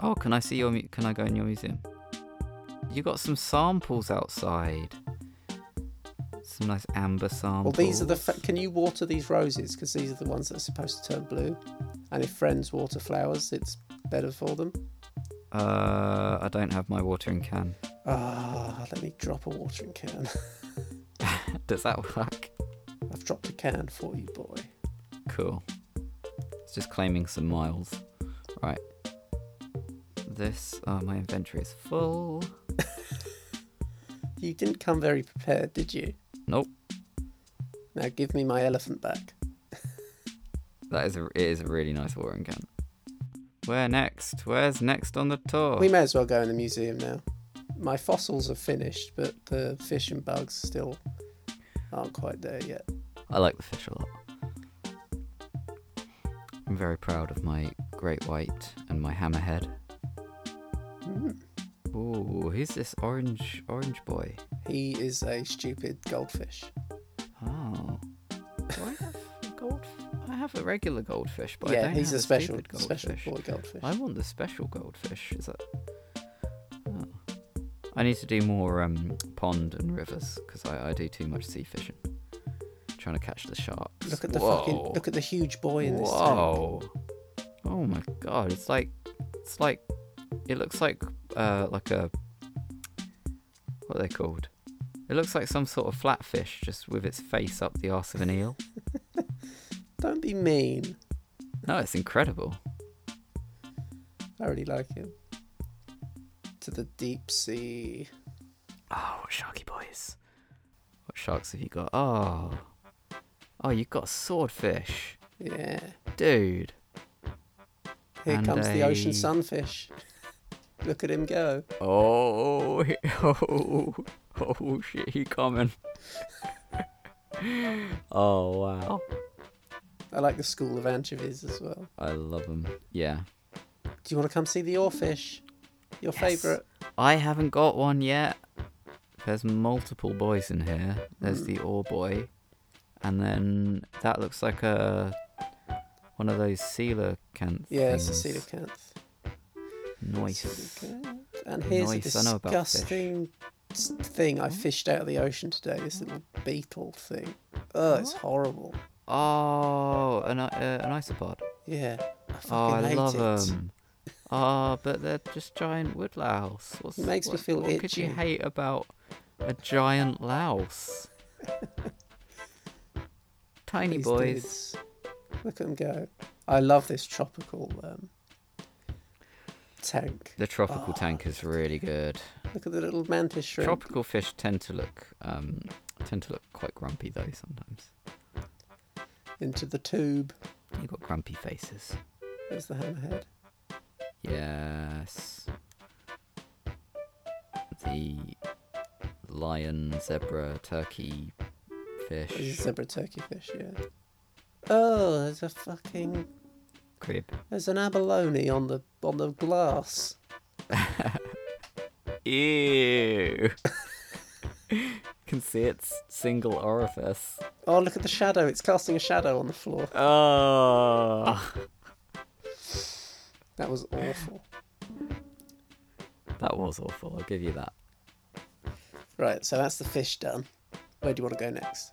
S2: Oh, can I see your? mu- Can I go in your museum? You got some samples outside. Some nice amber
S1: Well,
S2: samples.
S1: these are the. Fa- Can you water these roses? Because these are the ones that are supposed to turn blue. And if friends water flowers, it's better for them.
S2: uh, I don't have my watering can. [LAUGHS]
S1: Ah, let me drop a watering can. [LAUGHS]
S2: Does that work?
S1: I've dropped a can for you, boy.
S2: Cool. It's just claiming some miles. Right. This. Oh, my inventory is full.
S1: You didn't come very prepared, did you?
S2: Nope.
S1: Now give me my elephant back.
S2: That is a. It is a really nice watering can. Where next? Where's next on the tour?
S1: We may as well go in the museum now. My fossils are finished, but the fish and bugs still aren't quite there yet.
S2: I like the fish a lot. I'm very proud of my great white and my hammerhead.
S1: Mm.
S2: Ooh, who's this orange orange boy?
S1: He is a stupid goldfish.
S2: Oh, do I have a gold? I have a regular goldfish, but I
S1: yeah,
S2: don't
S1: he's
S2: have
S1: a special,
S2: stupid
S1: special
S2: goldfish.
S1: boy goldfish.
S2: I want the special goldfish. Is that? Oh. I need to do more um, pond and rivers because I, I do too much sea fishing. Trying to catch the sharks.
S1: Look at the
S2: Whoa.
S1: fucking look at the huge boy in this tank.
S2: Whoa! Oh my god! It's like, it's like, it looks like uh like a what are they called? It looks like some sort of flatfish just with its face up the arse of an eel.
S1: Don't be mean.
S2: No, it's incredible.
S1: I really like him. To the deep sea.
S2: Oh, what sharky boys? What sharks have you got? Oh, oh, you've got swordfish,
S1: Yeah.
S2: dude.
S1: Here
S2: And
S1: comes the ocean
S2: a-
S1: sunfish. [LAUGHS] Look at him go.
S2: Oh, he- [LAUGHS] oh, oh shit, he coming. [LAUGHS] oh wow,
S1: I like the school of anchovies as well.
S2: I love him. Yeah,
S1: Do you want to come see the oarfish? Your
S2: Yes.
S1: favourite?
S2: I haven't got one yet. There's multiple boys in here. There's the ore boy, and then that looks like a one of those coelacanth.
S1: Yeah, it's a
S2: things.
S1: coelacanth.
S2: Nice.
S1: Coelacanth. And here's
S2: Nice, I
S1: a
S2: know about fish. Hmm?
S1: disgusting s- thing I fished out of the ocean today. This little beetle thing. Oh, it's horrible.
S2: Oh, an i- uh, an isopod.
S1: Yeah. I fucking
S2: Oh, I
S1: hate
S2: love
S1: it.
S2: them. Oh, but they're just giant wood louse. What's,
S1: It makes me
S2: what,
S1: feel
S2: what could you
S1: itchy.
S2: hate about a
S1: [LAUGHS]
S2: giant louse? Tiny
S1: These
S2: boys.
S1: dudes. Look at them go. I love this tropical um, tank.
S2: The tropical
S1: Oh,
S2: tank is really good.
S1: Look at the little mantis shrimp.
S2: Tropical fish tend to look um, tend to look quite grumpy though sometimes.
S1: into the tube.
S2: You've got grumpy faces.
S1: There's the hammerhead.
S2: Yes. The lion, zebra, turkey,
S1: There's
S2: fish,
S1: a zebra turkey fish, yeah. Oh, there's a fucking
S2: crib.
S1: there's an abalone on the on the glass.
S2: Ew. [LAUGHS] Can see its single orifice.
S1: Oh, look at the shadow. It's casting a shadow on the floor.
S2: Oh.
S1: That was awful.
S2: That was awful. I'll give you that.
S1: Right, so that's the fish done. Where do you want to go next?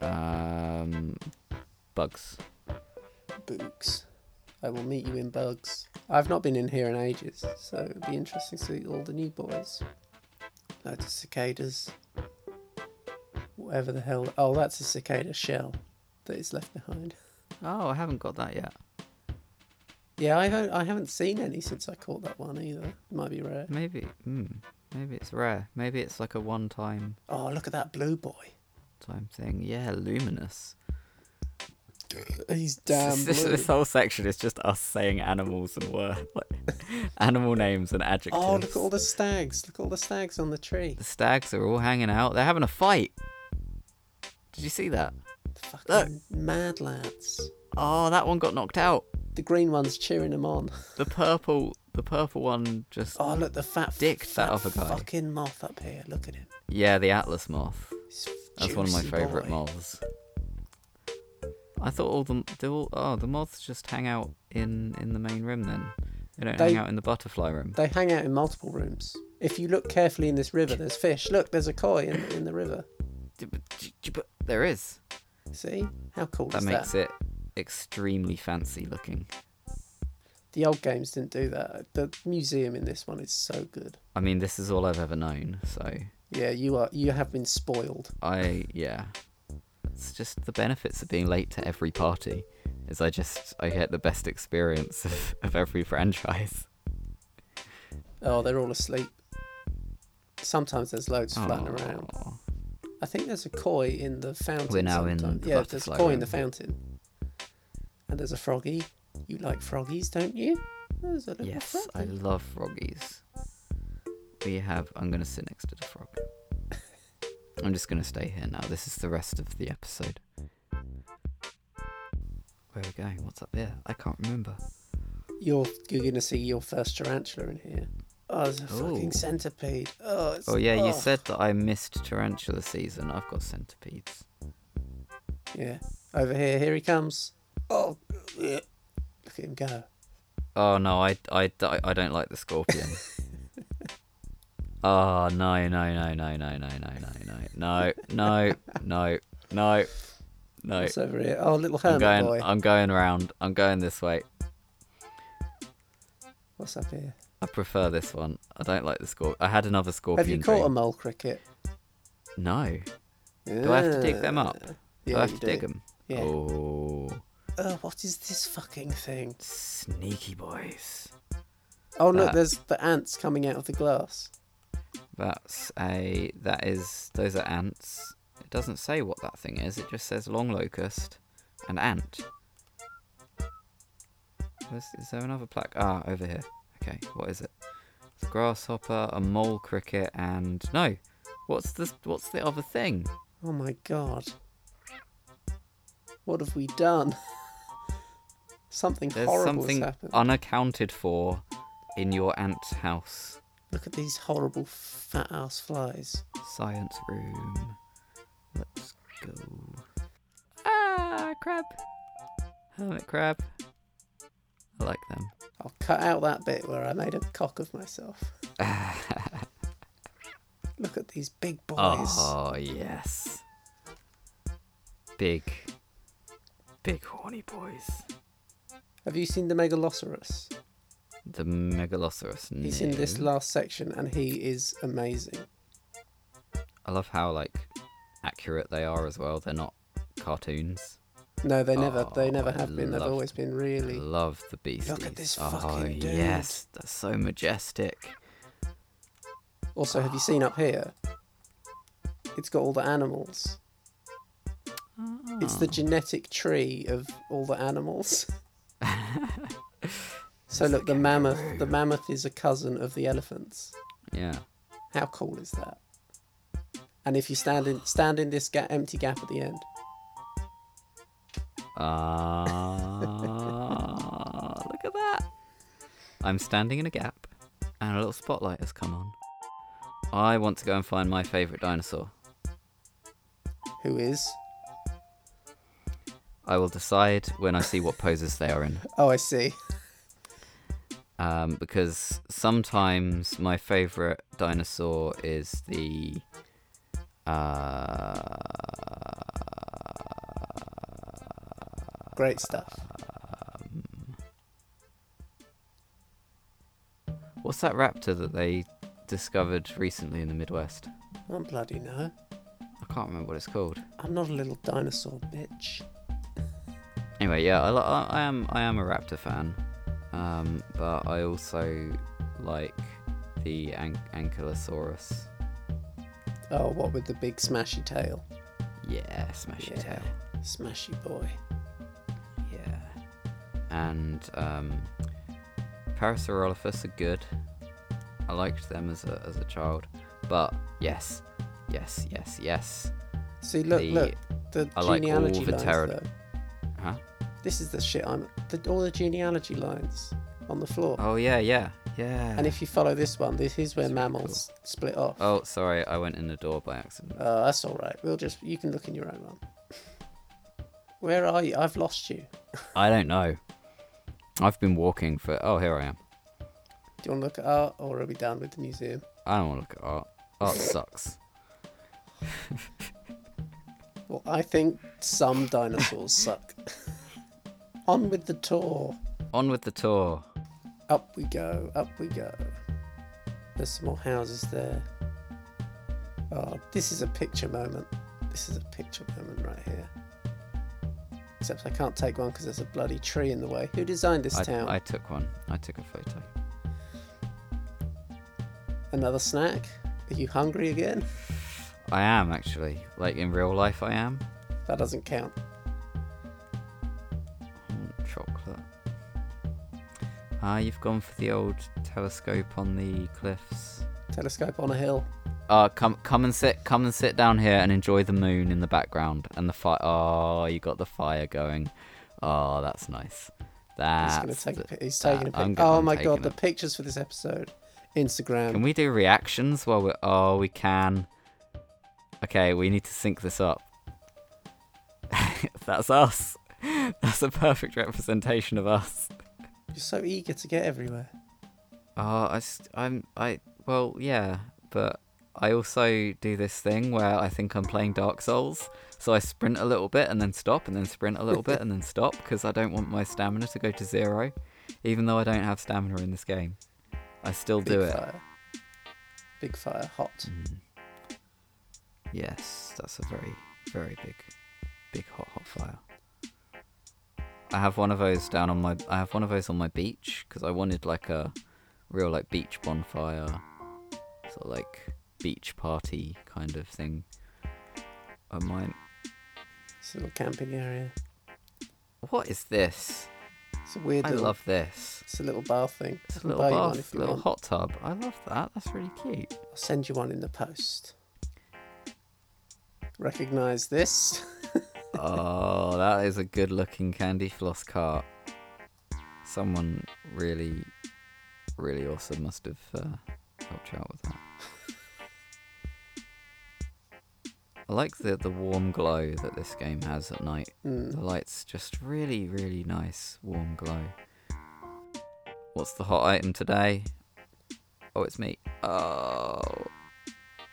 S2: Um, bugs.
S1: Bugs. I will meet you in bugs. I've not been in here in ages, so it'd be interesting to see all the new boys. Loads of cicadas. Whatever the hell. Oh, that's a cicada shell that is left behind.
S2: Oh, I haven't got that yet.
S1: Yeah, I haven't, I haven't seen any since I caught that one either. It might be rare.
S2: Maybe. Mm, maybe it's rare. Maybe it's like a one-time
S1: Oh, look at that blue boy.
S2: time thing. Yeah, luminous. [LAUGHS]
S1: He's damn
S2: this,
S1: blue.
S2: this whole section is just us saying animals and word, like, [LAUGHS] animal names and adjectives.
S1: Oh, look at all the stags. Look at all the stags on the tree.
S2: The stags are all hanging out. They're having a fight. Did you see that?
S1: The fucking mad lads.
S2: Oh, that one got knocked out.
S1: The green one's cheering them on. [LAUGHS]
S2: The purple, the purple one just
S1: Oh, look, the fat
S2: Dick,
S1: fat
S2: that other guy.
S1: fucking moth up here. Look at him.
S2: yeah, the atlas moth.
S1: He's
S2: That's one of my
S1: juicy
S2: favourite
S1: boy.
S2: moths. I thought all the do all, oh the moths just hang out in in the main room then. They don't
S1: They-
S2: hang out in the butterfly room.
S1: They hang out in multiple rooms. If you look carefully in this river, there's fish. Look, there's a koi in, in the river.
S2: D- but- d- d- but There is.
S1: See? How cool is
S2: That makes
S1: that?
S2: it extremely fancy looking.
S1: The old games didn't do that. The museum in this one is so good.
S2: I mean, this is all I've ever known, so
S1: Yeah, you are. You have been spoiled.
S2: I yeah. It's just the benefits of being late to every party is I just I get the best experience of, [LAUGHS] of every franchise.
S1: Oh, they're all asleep. Sometimes there's loads
S2: Oh.
S1: flying around.
S2: Aw.
S1: I think there's a koi in the fountain.
S2: We're now in
S1: sometime.
S2: the
S1: yeah. There's a
S2: butterfly
S1: koi in
S2: room.
S1: the fountain, and there's a froggy. You like froggies, don't you? There's a little
S2: Yes, I
S1: froggy.
S2: love froggies. We have. I'm gonna sit next to the frog. I'm just gonna stay here now. This is the rest of the episode. Where are we going? What's up here? I can't remember.
S1: You're you're gonna see your first tarantula in here. Oh, there's a
S2: Ooh.
S1: fucking centipede. Oh, it's,
S2: Oh yeah,
S1: oh.
S2: you said that I missed tarantula season. I've got centipedes.
S1: Yeah, over here. Here he comes. Oh, look at him go.
S2: Oh no, I I, d- I don't like
S1: [LAUGHS]
S2: the scorpion. oh no no no no no no no no no no no no no.
S1: What's over here? Oh, little hermit
S2: I'm going.
S1: boy.
S2: I'm going round. I'm going this way.
S1: What's up here?
S2: I prefer this one. I don't like the scorpion. I had another scorpion.
S1: Have you caught a
S2: dream.
S1: mole cricket?
S2: No. Do I have to dig them up?
S1: Yeah,
S2: do I have
S1: you
S2: to dig them?
S1: Yeah.
S2: Oh,
S1: Oh, what is this fucking thing?
S2: sneaky boys.
S1: Oh look,
S2: That-
S1: there's the ants coming out of the glass.
S2: That's a. That is. Those are ants. It doesn't say what that thing is. It just says long locust, and ant. Where's, is there another plaque? Ah, over here. Okay, what is it? It's a grasshopper, a mole cricket, and no. What's the What's the other thing?
S1: Oh my god. What have we done? [LAUGHS] something
S2: There's
S1: horrible
S2: something
S1: has happened.
S2: unaccounted for in your ant house.
S1: Look at these horrible fat ass flies.
S2: Science room. Let's go. Ah, crab. Hermit crab. I like [LAUGHS] them.
S1: I'll cut out that bit where I made a cock of myself. Look at these big boys.
S2: Oh, yes. Big, big horny boys.
S1: Have you seen the Megaloceros?
S2: The Megaloceros.
S1: He's in this
S2: no.
S1: last section and he is amazing.
S2: I love how, like, accurate they are as well. They're not cartoons.
S1: No, they never they
S2: Oh,
S1: never
S2: I
S1: have been. They've
S2: loved-
S1: always been really
S2: Love the beasties.
S1: Look at this
S2: oh,
S1: fucking dude.
S2: yes. That's so majestic.
S1: Also, have you seen up here? It's got all the animals. It's the genetic tree of all the animals. so look, the mammoth. The mammoth is a cousin of the elephants.
S2: Yeah.
S1: How cool is that? And if you stand in stand in this ga- empty gap at the end,
S2: Ah, look at that. I'm standing in a gap, and a little spotlight has come on. I want to go and find my favourite dinosaur.
S1: who is?
S2: I will decide when I see what poses they are in,
S1: Oh, I see.
S2: um, because sometimes my favourite dinosaur is the. Uh,
S1: Great stuff.
S2: what's that raptor that they discovered recently in the Midwest?
S1: I don't Oh, bloody know.
S2: I can't remember what it's called.
S1: I'm not a little dinosaur bitch.
S2: Anyway, yeah, I, li- I, I am I am a Raptor fan, um, but I also like the an- Ankylosaurus.
S1: Oh, what with the big smashy tail,
S2: Yeah, smashy
S1: Yeah.
S2: tail.
S1: smashy boy.
S2: Yeah. And um, Parasaurolophus are good. I liked them as a as a child, but yes, yes, yes, yes.
S1: See, look,
S2: The-
S1: look. The
S2: I like all
S1: genealogy
S2: the
S1: lines,
S2: pterod-
S1: though.
S2: Huh?
S1: This is the shit I'm. The, all the genealogy lines on the floor.
S2: Oh yeah, yeah, yeah.
S1: And if you follow this one, this is where
S2: That's really
S1: mammals split off. Oh.
S2: oh, sorry, I went in the door by accident.
S1: that's all right. We'll just. You can look in your own one. Where are you? I've lost you.
S2: I don't know. I've been walking for. Oh, here I am.
S1: Do you want to look at art, or are we done with the museum?
S2: I don't want to look at art. Art sucks.
S1: Well, I think [LAUGHS] some dinosaurs suck. On with the tour.
S2: On with the tour.
S1: Up we go, up we go. There's some more houses there. Oh, this is a picture moment. This is a picture moment right here. Except I can't take one because there's a bloody tree in the way. Who designed this
S2: I,
S1: town?
S2: I took one. I took a photo.
S1: Another snack? Are you hungry again?
S2: I am actually. Like in real life, I am.
S1: That doesn't count.
S2: Mm, Chocolate. Ah, you've gone for the old telescope on the cliffs.
S1: Telescope on a hill.
S2: Uh, come, come and sit, come and sit down here and enjoy the moon in the background and the fire. Oh, you got the fire going. Oh, that's nice.
S1: He's
S2: That's.
S1: going to take. a
S2: the-
S1: pic- he's
S2: that-
S1: taking a
S2: I'm
S1: pic.
S2: go-
S1: Oh
S2: I'm
S1: my
S2: taking
S1: god, the
S2: it.
S1: pictures for this episode. Instagram.
S2: Can we do reactions while we're? Oh, we can. Okay, we need to sync this up. [LAUGHS] That's us. [LAUGHS] That's a perfect representation of us.
S1: You're so eager to get everywhere.
S2: Uh, I, s- I'm, I, well, yeah, but I also do this thing where I think I'm playing Dark Souls, so I sprint a little bit and then stop, and then sprint a little bit and then stop because I don't want my stamina to go to zero, even though I don't have stamina in this game. I still do
S1: Big
S2: it. Mm.
S1: fire. Big fire, hot.
S2: Yes, that's a very, very big, big hot, hot fire. I have one of those down on my. I have one of those on my beach because I wanted like a real like beach bonfire, sort of like beach party kind of thing. I might.
S1: It's a little camping area.
S2: What is this?
S1: It's a weird.
S2: I
S1: little,
S2: love this.
S1: It's a little bar thing. I
S2: It's a
S1: can
S2: little
S1: buy you one
S2: bath,
S1: if you
S2: little
S1: want.
S2: hot tub. I love that. That's really cute.
S1: I'll send you one in the post. Recognize this? [LAUGHS]
S2: oh, that is a good looking candy floss cart. Someone really, really awesome must have uh, helped you out with that. I like the, the warm glow that this game has at night.
S1: Mm.
S2: The light's just really, really nice, warm glow. What's the hot item today? Oh, it's me. Oh.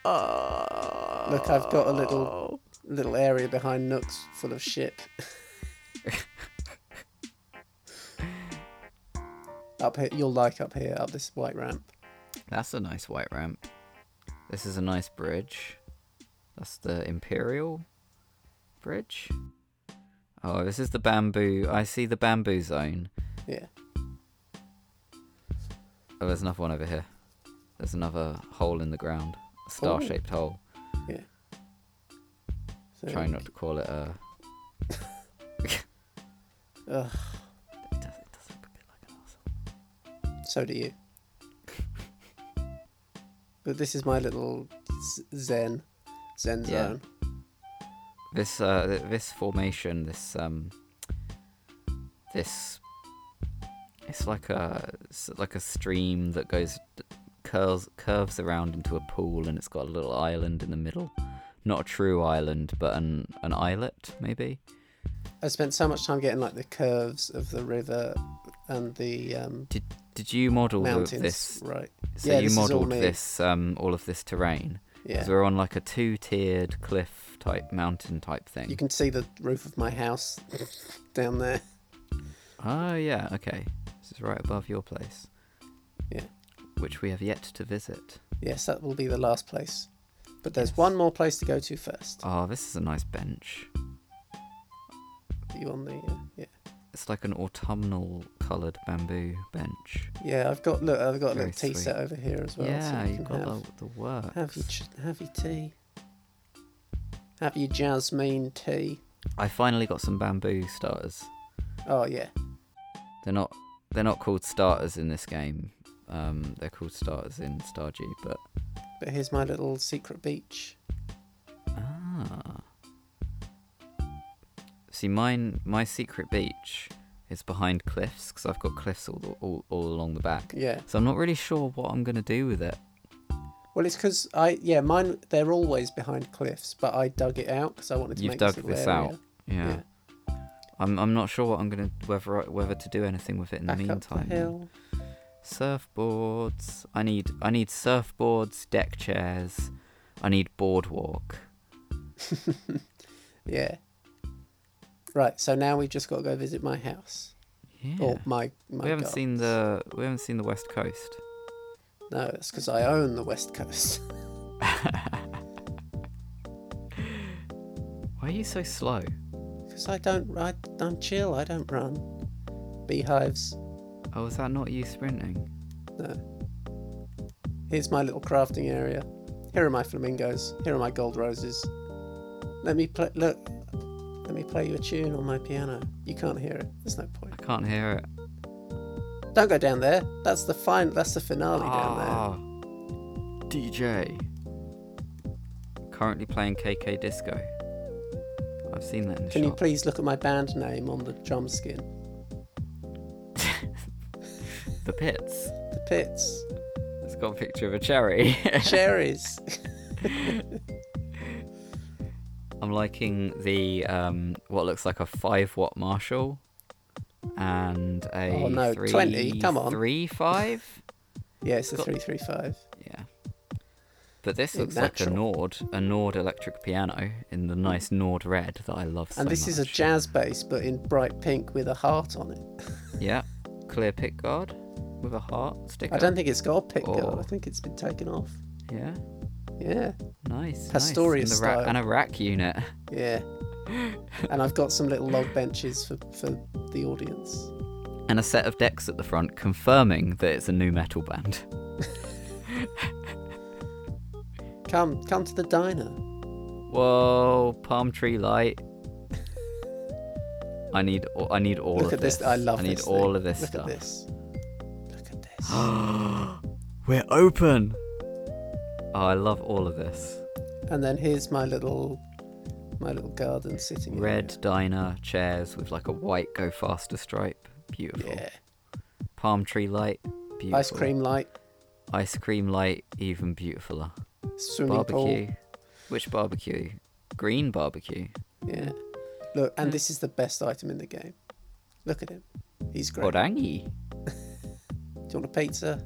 S2: Oh.
S1: Look, I've got a little- Little area behind Nooks full of shit. [LAUGHS] up here, you'll like up here, up this white ramp.
S2: That's a nice white ramp. This is a nice bridge. That's the Imperial Bridge. Oh, this is the bamboo. I see the bamboo zone.
S1: Yeah.
S2: Oh, there's another one over here. There's another hole in the ground. A star shaped hole.
S1: So,
S2: Try not to call it a.
S1: Ugh,
S2: It does, it does look a bit like an arsehole.
S1: so do you. but this is my little z- zen, zen
S2: Yeah.
S1: zone.
S2: This, uh, th- this formation, this, um. This. It's like a, it's like a stream that goes curls curves around into a pool and it's got a little island in the middle. Not a true island, but an an islet maybe.
S1: I spent so much time getting like the curves of the river and the um,
S2: Did did you model the-
S1: mountains
S2: this?
S1: right.
S2: So
S1: Yeah,
S2: you
S1: this is all
S2: modeled
S1: me.
S2: this um all of this terrain
S1: Yeah.
S2: because we're on like a two-tiered cliff type mountain type thing.
S1: You can see the roof of my house [LAUGHS] down there.
S2: Oh yeah, okay. This is right above your place.
S1: Yeah.
S2: Which we have yet to visit.
S1: Yes, that will be the last place. But there's
S2: Yes.
S1: one more place to go to first.
S2: Oh, this is a nice bench. Oh.
S1: Are you on the uh, yeah.
S2: It's like an autumnal coloured bamboo bench.
S1: Yeah, I've got look, I've got a
S2: Very
S1: little tea
S2: sweet.
S1: set over here as well.
S2: yeah,
S1: so you
S2: you've
S1: can
S2: got
S1: have,
S2: the, the work.
S1: have your ch- have your tea. Have your jasmine tea.
S2: I finally got some bamboo starters.
S1: Oh yeah.
S2: They're not they're not called starters in this game. Um, they're called starters in Stardew, but
S1: But here's my little secret beach.
S2: ah. See, mine my secret beach is behind cliffs because I've got cliffs all, the, all all along the back.
S1: Yeah.
S2: So I'm not really sure what I'm gonna do with it.
S1: Well, it's because I yeah mine they're always behind cliffs, but I dug it out because I wanted to
S2: You've
S1: make
S2: dug
S1: this, little
S2: this
S1: area.
S2: out. Yeah. I'm I'm not sure what I'm gonna whether I- whether to do anything with it in
S1: Back
S2: the meantime.
S1: up the hill.
S2: surfboards. I need I need surfboards, deck chairs. I need boardwalk.
S1: Yeah. Right. So now we've just got to go visit my house.
S2: Yeah.
S1: Oh my, my
S2: we haven't
S1: God.
S2: seen the we haven't seen the West Coast.
S1: No, it's because I own the West Coast. [LAUGHS]
S2: Why are you so slow?
S1: Because I don't, I don't chill. I don't run. Beehives.
S2: Oh, is that not you sprinting?
S1: No. Here's my little crafting area. Here are my flamingos. Here are my gold roses. Let me play. Look. Let me play you a tune on my piano. You can't hear it. There's no point.
S2: I can't hear it.
S1: Don't go down there. That's the fine. That's the finale down there.
S2: Ah, DJ. Currently playing KK Disco. I've seen that in the
S1: Can you
S2: shop.
S1: please look at my band name on the drum skin?
S2: the pits.
S1: The
S2: [LAUGHS]
S1: Pits.
S2: It's got a picture of a cherry. [LAUGHS]
S1: Cherries. [LAUGHS]
S2: I'm liking the um, what looks like a five watt Marshall and a
S1: Oh, no,
S2: three,
S1: 20, come on.
S2: three five.
S1: yeah, it's a
S2: Got-
S1: three three five.
S2: Yeah, but this
S1: Yeah,
S2: looks like a
S1: natural.
S2: Nord, a Nord electric piano in the nice Nord red that I love. so
S1: And this is a
S2: much.
S1: jazz bass, but in bright pink with a heart on it.
S2: Yeah, clear pick guard with a heart sticker.
S1: I don't think it's got a pick guard.
S2: Oh.
S1: I think it's been taken off.
S2: Yeah,
S1: Yeah,
S2: nice.
S1: Pastorius
S2: nice. And, the ra-
S1: style.
S2: and a rack unit.
S1: yeah. and I've got some little log benches for for the audience.
S2: and a set of decks at the front confirming that it's a new metal band.
S1: Come, come to the diner.
S2: Whoa, palm tree light. I need all, I need all
S1: Look
S2: of
S1: at this. I love
S2: I need
S1: this thing.
S2: all of this
S1: Look
S2: stuff.
S1: at this. Look at this.
S2: [GASPS] We're open. Oh, I love all of this.
S1: and then here's my little my little garden sitting
S2: Red diner chairs with like a white go faster stripe. Beautiful.
S1: area. Yeah.
S2: Palm tree light. Beautiful.
S1: Ice cream light,
S2: Ice cream light. Even beautifuler.
S1: swimming
S2: Barbecue.
S1: pool.
S2: Which barbecue? Green barbecue.
S1: Yeah. Look, and this is the best item in the game. Look at him. He's great.
S2: Orangi.
S1: Do you want a pizza?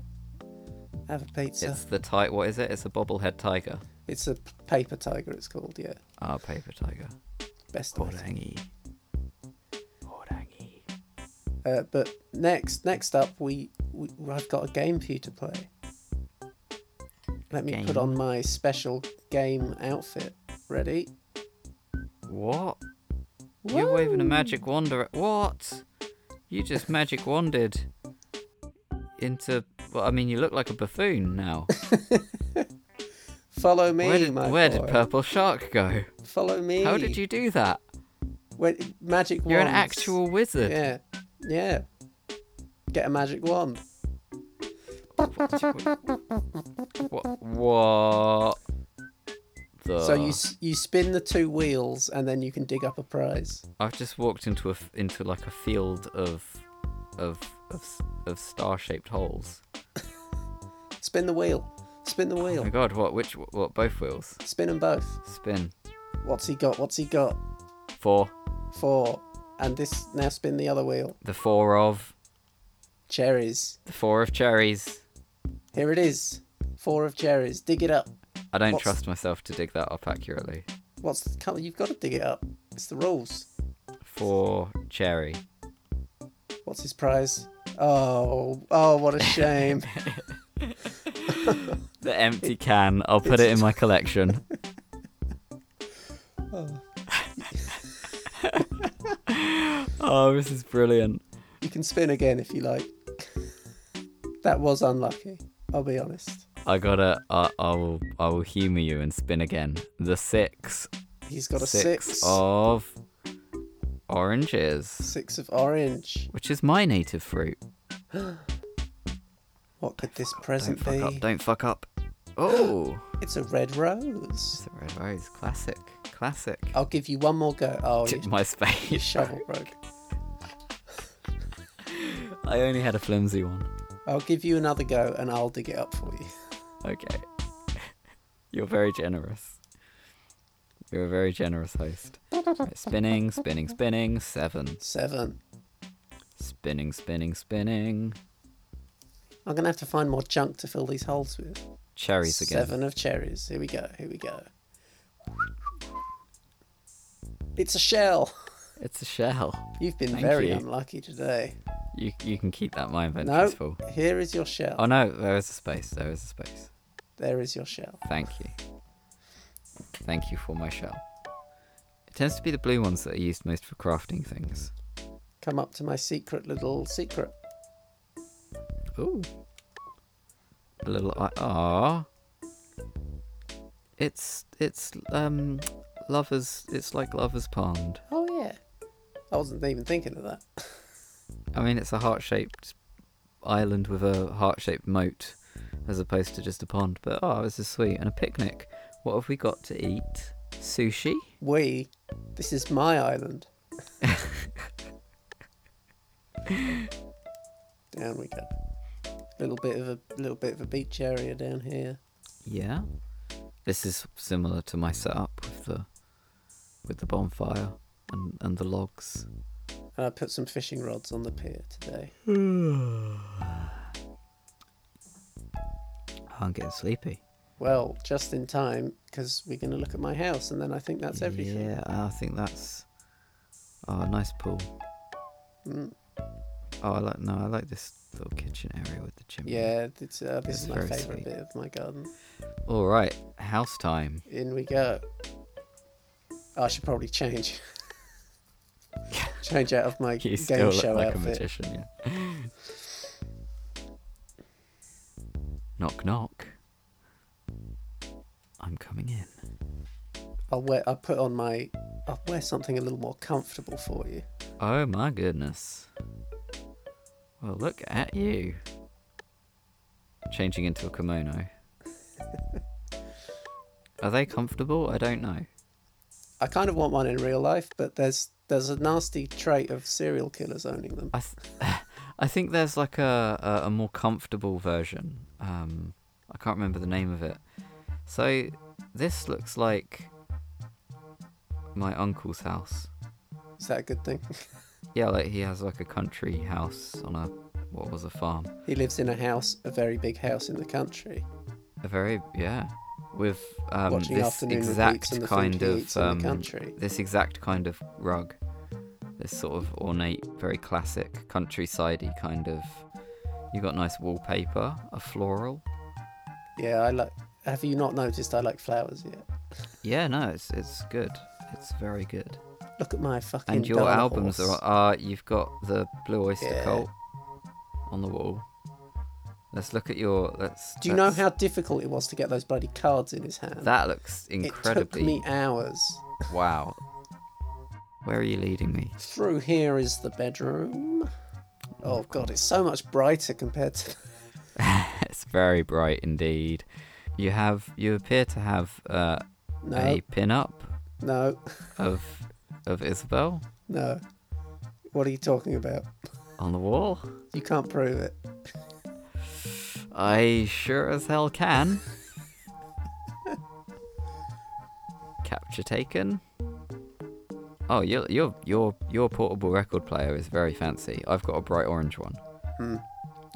S1: Have a pizza.
S2: It's the tight. What is it? It's a bobblehead tiger.
S1: It's, a p- paper tiger. It's called. Yeah.
S2: Ah, paper tiger.
S1: Best item.
S2: Orangi. Orangi.
S1: Uh, but next, next up, we, we I've got a game for you to play. Let me put
S2: Game.
S1: on my special game outfit. Ready?
S2: What? You're waving a magic wand. ar- What? You just magic wanded into. Well, I mean, you look like a buffoon now.
S1: Follow [LAUGHS] me,
S2: where did,
S1: my
S2: where did
S1: boy.
S2: Purple Shark go?
S1: Follow me.
S2: How did you do that?
S1: Wait, magic
S2: You're an
S1: wands.
S2: actual wizard.
S1: Yeah, yeah. Get a magic wand.
S2: What? What? The...
S1: So you s- you spin the two wheels and then you can dig up a prize.
S2: I've just walked into a f- into like a field of of of, s- of star shaped holes.
S1: Spin the wheel. Spin the
S2: Oh
S1: wheel.
S2: my god! What? Which? What? Both wheels.
S1: Spin them both.
S2: Spin.
S1: What's he got? What's he got?
S2: Four.
S1: Four. And this now spin the other wheel.
S2: The four of
S1: Cherries.
S2: the four of cherries.
S1: Here it is. Four of cherries. Dig it up.
S2: I don't
S1: What's-
S2: trust myself to dig that up accurately.
S1: What's the colour? You've got to dig it up. It's the rules.
S2: Four cherry.
S1: What's his prize? Oh, oh, what a
S2: [LAUGHS]
S1: shame.
S2: The empty can. I'll put it in
S1: [LAUGHS]
S2: my collection. oh, this is brilliant.
S1: you can spin again if you like. that was unlucky. I'll be honest.
S2: I gotta. I, I will. I will humour you and spin again. The six
S1: He's got a
S2: six,
S1: six.
S2: of oranges,
S1: Six of orange.
S2: which is my native fruit.
S1: What could this present
S2: Fuck up!
S1: be?
S2: Don't fuck up! [GASPS] Oh,
S1: It's a red rose.
S2: it's a red rose. Classic, classic.
S1: I'll give you one more go. Oh, you,
S2: Tip [LAUGHS] my
S1: you
S2: space. [LAUGHS]
S1: shovel broke.
S2: I only had a flimsy one.
S1: I'll give you another go and I'll dig it up for you.
S2: Okay, [LAUGHS] you're very generous. You're a very generous host. Right, spinning, spinning, spinning. Seven.
S1: Seven.
S2: Spinning, spinning, spinning.
S1: I'm gonna have to find more junk to fill these holes with.
S2: Cherries again.
S1: Seven of cherries. Here we go. Here we go. It's a shell.
S2: It's a shell.
S1: You've been
S2: Thank
S1: very
S2: you.
S1: unlucky today.
S2: You you can keep that mind vent
S1: No.
S2: peaceful.
S1: Here is your shell.
S2: Oh no, there is a space. There is a space.
S1: There is your shell.
S2: Thank you. Thank you for my shell. It tends to be the blue ones that are used most for crafting things.
S1: Come up to my secret little secret.
S2: Ooh. A little eye. Ah. It's it's um lovers. It's like lovers pond.
S1: Oh yeah. I wasn't even thinking of that.
S2: I mean, it's a heart-shaped island with a heart-shaped moat, as opposed to just a pond. But oh, this is sweet and a picnic. What have we got to eat? Sushi.
S1: We. This is my
S2: [LAUGHS]
S1: island. down we go. Little bit of a little bit of a beach area down here.
S2: Yeah. This is similar to my setup with the with the bonfire and and the logs.
S1: And I put some fishing rods on the pier today.
S2: Oh, I'm getting sleepy.
S1: Well, just in time because we're going to look at my house, and then I think that's everything.
S2: Yeah, I think that's. Oh, nice pool.
S1: Mm.
S2: Oh, I like no, I like this little kitchen area with the chimney.
S1: Yeah, it's, uh,
S2: That's
S1: this is my
S2: very
S1: favourite
S2: sweet.
S1: bit of my garden.
S2: All right, house time. [LAUGHS]
S1: In we go. I should probably
S2: [LAUGHS]
S1: change. change out of my
S2: You
S1: game
S2: still look
S1: show
S2: like a
S1: outfit.
S2: magician. Yeah. [LAUGHS] knock knock. I'm coming in.
S1: I'll wear. I'll put on my. I'll wear something a little more comfortable for you.
S2: Oh my goodness. Well, look at you. Changing into a kimono. Are they comfortable? I don't know.
S1: I kind of want one in real life, but there's there's a nasty trait of serial killers owning them.
S2: I, th- [LAUGHS] I think there's like a, a, a more comfortable version. Um, I can't remember the name of it. So this looks like my uncle's house.
S1: Is that a good thing? [LAUGHS]
S2: Yeah, like he has like a country house on a what was a farm.
S1: he lives in a house, a very big house in the country,
S2: A very yeah, with um,
S1: watching
S2: this
S1: afternoon repeats
S2: exact
S1: and the food
S2: kind
S1: he
S2: of
S1: eats in the
S2: um,
S1: country.
S2: this exact kind of rug, this sort of ornate, very classic countryside-y kind of. You've got nice wallpaper, a floral.
S1: Yeah, I like. Have you not noticed I like flowers yet?
S2: Yeah, no, it's it's good. It's very good.
S1: Look at my fucking.
S2: And your
S1: doll
S2: albums
S1: horse.
S2: are are you've got the Blue Oyster
S1: Yeah.
S2: Cult on the wall. Let's look at your. Let's.
S1: Do you know
S2: let's-
S1: how difficult it was to get those bloody cards in his hand?
S2: that looks
S1: It took
S2: incredibly
S1: me hours.
S2: wow. Where are you leading me?
S1: Through here is the bedroom. Oh god, it's so much brighter compared to. [LAUGHS]
S2: It's very bright indeed. You have you appear to have uh,
S1: No,
S2: a pin-up
S1: no, [LAUGHS]
S2: of of Isabel
S1: no. What are you talking about?
S2: on the wall.
S1: You can't prove it.
S2: I sure as hell can. Capture taken. Oh, your your your your portable record player is very fancy. I've got a bright orange one.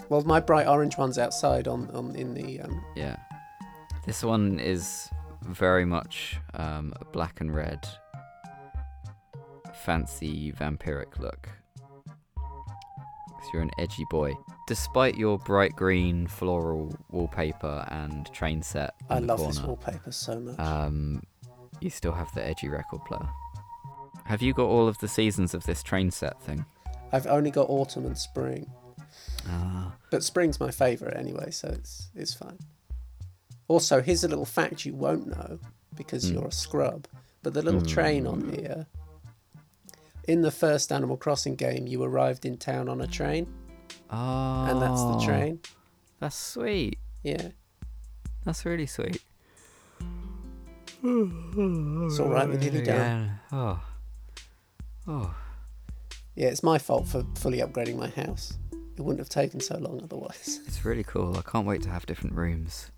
S1: Well, my bright orange one's outside on, on in the um,
S2: Yeah. This one is very much um, a black and red, fancy vampiric look. Because you're an edgy boy. Despite your bright green floral wallpaper and train set, in
S1: I
S2: the
S1: love
S2: corner,
S1: this wallpaper so much.
S2: Um, you still have the edgy record player. Have you got all of the seasons of this train set thing?
S1: I've only got autumn and spring,
S2: Ah.
S1: but spring's my favourite anyway, so it's it's fine. Also, here's a little fact you won't know because
S2: Mm.
S1: you're a scrub. But the little train
S2: Hmm.
S1: on here. In the first Animal Crossing game, you arrived in town on a train,
S2: Oh.
S1: and that's the train.
S2: That's sweet.
S1: Yeah,
S2: That's really sweet.
S1: it's all right. We're nearly done.
S2: Oh. Oh.
S1: Yeah, it's my fault for fully upgrading my house. It wouldn't have taken so long otherwise. [LAUGHS]
S2: It's really cool. I can't wait to have different rooms.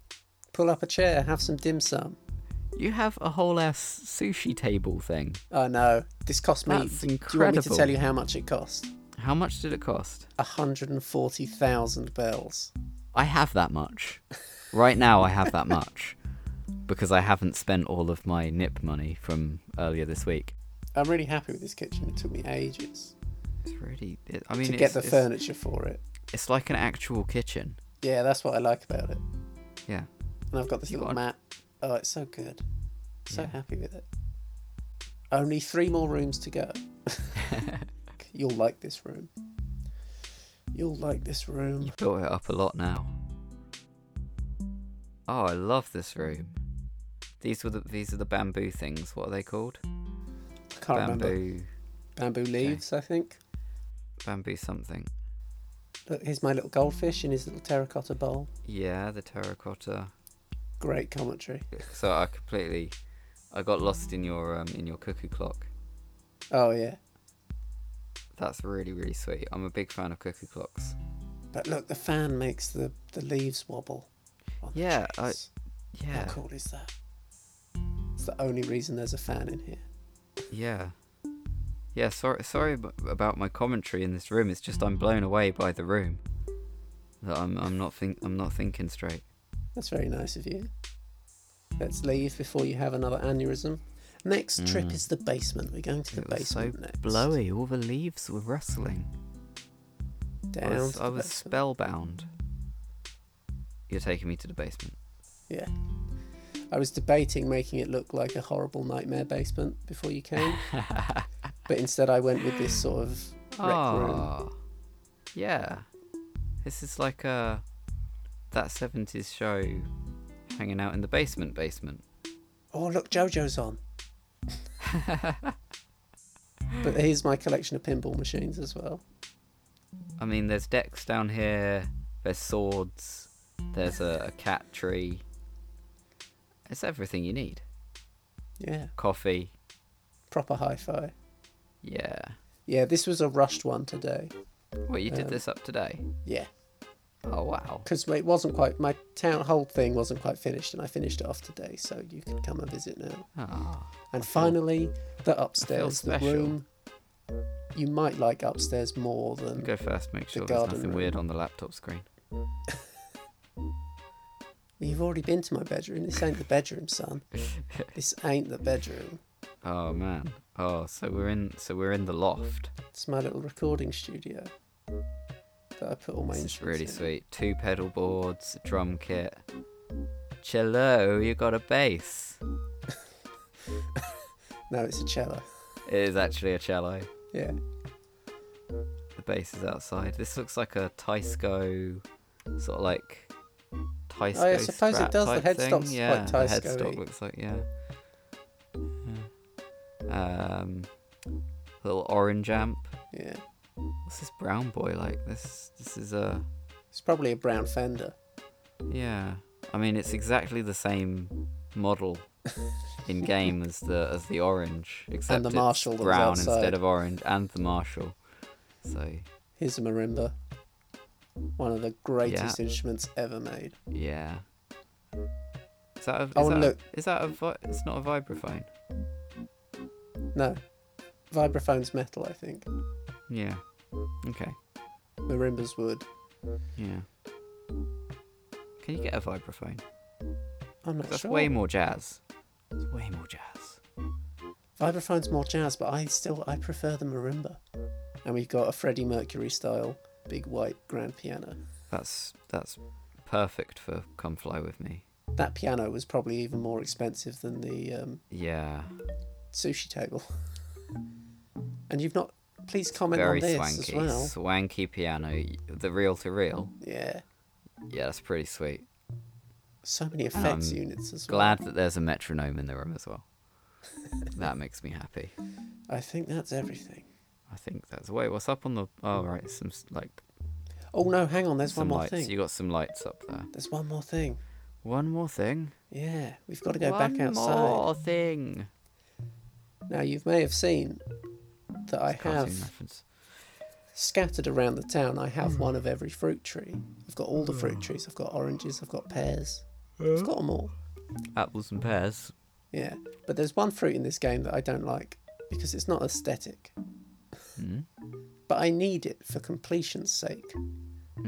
S1: Pull up a chair, have some dim sum.
S2: You have a whole ass sushi table thing.
S1: Oh no, this cost me.
S2: That's
S1: Do you want me to
S2: incredible.
S1: tell you how much it cost?
S2: How much did it cost?
S1: 140,000 bells.
S2: I have that much. right now I have [LAUGHS] that much. Because I haven't spent all of my nip money from earlier this week.
S1: I'm really happy with this kitchen. It took me ages.
S2: It's really. It, I mean,
S1: to get
S2: it's,
S1: the
S2: it's,
S1: furniture for it.
S2: it's like an actual kitchen.
S1: Yeah, that's what I like about it.
S2: Yeah. [LAUGHS]
S1: And I've got this
S2: You
S1: little
S2: got-
S1: map. Oh, it's so good. So
S2: Yeah.
S1: happy with it. Only three more rooms to go. You'll like this room. You'll like this room.
S2: You built it up a lot now. Oh, I love this room. These were the these are the bamboo things. What are they called?
S1: I can't remember.
S2: bamboo,
S1: Bamboo leaves, I think.
S2: bamboo something.
S1: Look, here's my little goldfish in his little terracotta bowl.
S2: Yeah, the terracotta.
S1: Great commentary.
S2: So I completely, I got lost in your um in your cuckoo clock.
S1: Oh, yeah.
S2: That's really really sweet. I'm a big fan of cuckoo clocks.
S1: But look, the fan makes the, the leaves wobble. on the
S2: Yeah, I-
S1: trees. How
S2: Yeah,
S1: cool is that? It's the only reason there's a fan in here.
S2: yeah, yeah. Sorry sorry ab- about my commentary in this room. It's just I'm blown away by the room. That I'm I'm not think I'm not thinking straight.
S1: That's very nice of you. Let's leave before you have another aneurysm. Next trip is the basement. We're going to the
S2: Mm. It was so
S1: basement next.
S2: blowy. All the leaves were rustling. I
S1: Down.
S2: was,
S1: to
S2: I
S1: the
S2: was
S1: basement.
S2: spellbound. You're taking me to the basement.
S1: Yeah. I was debating making it look like a horrible nightmare basement before you came,
S2: [LAUGHS]
S1: but instead I went with this sort of rec room.
S2: Ah, yeah. This is like a that seventies show, hanging out in the basement. Basement.
S1: Oh, look, JoJo's
S2: [LAUGHS]
S1: on. but here's my collection of pinball machines as well.
S2: I mean, there's decks down here. There's swords. There's a, a cat tree. It's everything you need.
S1: Yeah,
S2: Coffee.
S1: proper hi fi.
S2: Yeah.
S1: Yeah, this was a rushed one today.
S2: Well, you did
S1: Um,
S2: this up today.
S1: Yeah,
S2: Oh wow.
S1: because it wasn't quite, my town whole thing wasn't quite finished, and I finished it off today, so you can come and visit now.
S2: Ah.
S1: And finally, the upstairs, the
S2: special.
S1: room. You might like upstairs more than.
S2: Go first, make sure there's
S1: garden
S2: nothing
S1: room.
S2: weird on the laptop screen.
S1: You've already been to my bedroom. This ain't the bedroom,
S2: [LAUGHS]
S1: son. this ain't the bedroom.
S2: Oh man. Oh, so we're in so we're in the loft.
S1: It's my little recording studio that I put all my
S2: This is really
S1: instruments in.
S2: sweet. Two pedal boards, a drum kit. Cello, you got a bass.
S1: No, it's a cello.
S2: It is actually a cello.
S1: Yeah.
S2: The bass is outside. This looks like a Tysco sort of like Tysco.
S1: Oh, I suppose it
S2: strap
S1: does. The
S2: type
S1: headstock's quite
S2: thing. yeah, the
S1: Tysco-y.
S2: headstock looks like yeah. yeah. Um, little orange amp.
S1: Yeah.
S2: What's this brown boy like? This this is a
S1: It's probably a brown fender.
S2: yeah. I mean, it's exactly the same model
S1: [LAUGHS]
S2: in game as the as the orange, except it's
S1: Marshall that was
S2: brown
S1: outside.
S2: instead of orange, and the Marshall. So
S1: Here's a marimba. One of the greatest
S2: Yeah.
S1: instruments ever made.
S2: yeah. Is that a, is
S1: Oh,
S2: that a-
S1: look.
S2: is that a vi- it's not a vibraphone?
S1: No. Vibraphone's metal, I think.
S2: Yeah. Okay.
S1: Marimba's wood.
S2: Yeah. Can you get a vibraphone?
S1: I'm not
S2: That's
S1: sure.
S2: way more jazz. It's way more jazz.
S1: Vibraphone's more jazz, but I still I prefer the marimba. And we've got a Freddie Mercury style big white grand piano.
S2: That's that's perfect for come fly with me.
S1: That piano was probably even more expensive than the um,
S2: Yeah.
S1: sushi table. [LAUGHS] and you've not. Please comment
S2: very
S1: on this
S2: swanky,
S1: as well.
S2: swanky piano, the reel to reel.
S1: Yeah,
S2: Yeah, that's pretty sweet.
S1: so many effects
S2: Um,
S1: units as well.
S2: Glad that there's a metronome in the room
S1: [LAUGHS]
S2: as well. that makes me happy.
S1: I think that's everything.
S2: I think that's wait. What's up on the? Oh right, some s- like
S1: Oh no, hang on. There's
S2: some
S1: one more
S2: lights.
S1: thing.
S2: You got some lights up there.
S1: There's one more thing.
S2: One more thing.
S1: Yeah, we've got to go
S2: One
S1: back outside.
S2: more thing.
S1: Now you may have seen that I
S2: Cartoon
S1: have
S2: reference.
S1: scattered around the town. I
S2: Hmm.
S1: have one of every fruit tree. I've got all the fruit trees. I've got oranges. I've got pears. I've got them all.
S2: Apples and pears.
S1: Yeah, but there's one fruit in this game that I don't like because it's not aesthetic.
S2: Hmm?
S1: But I need it for completion's sake.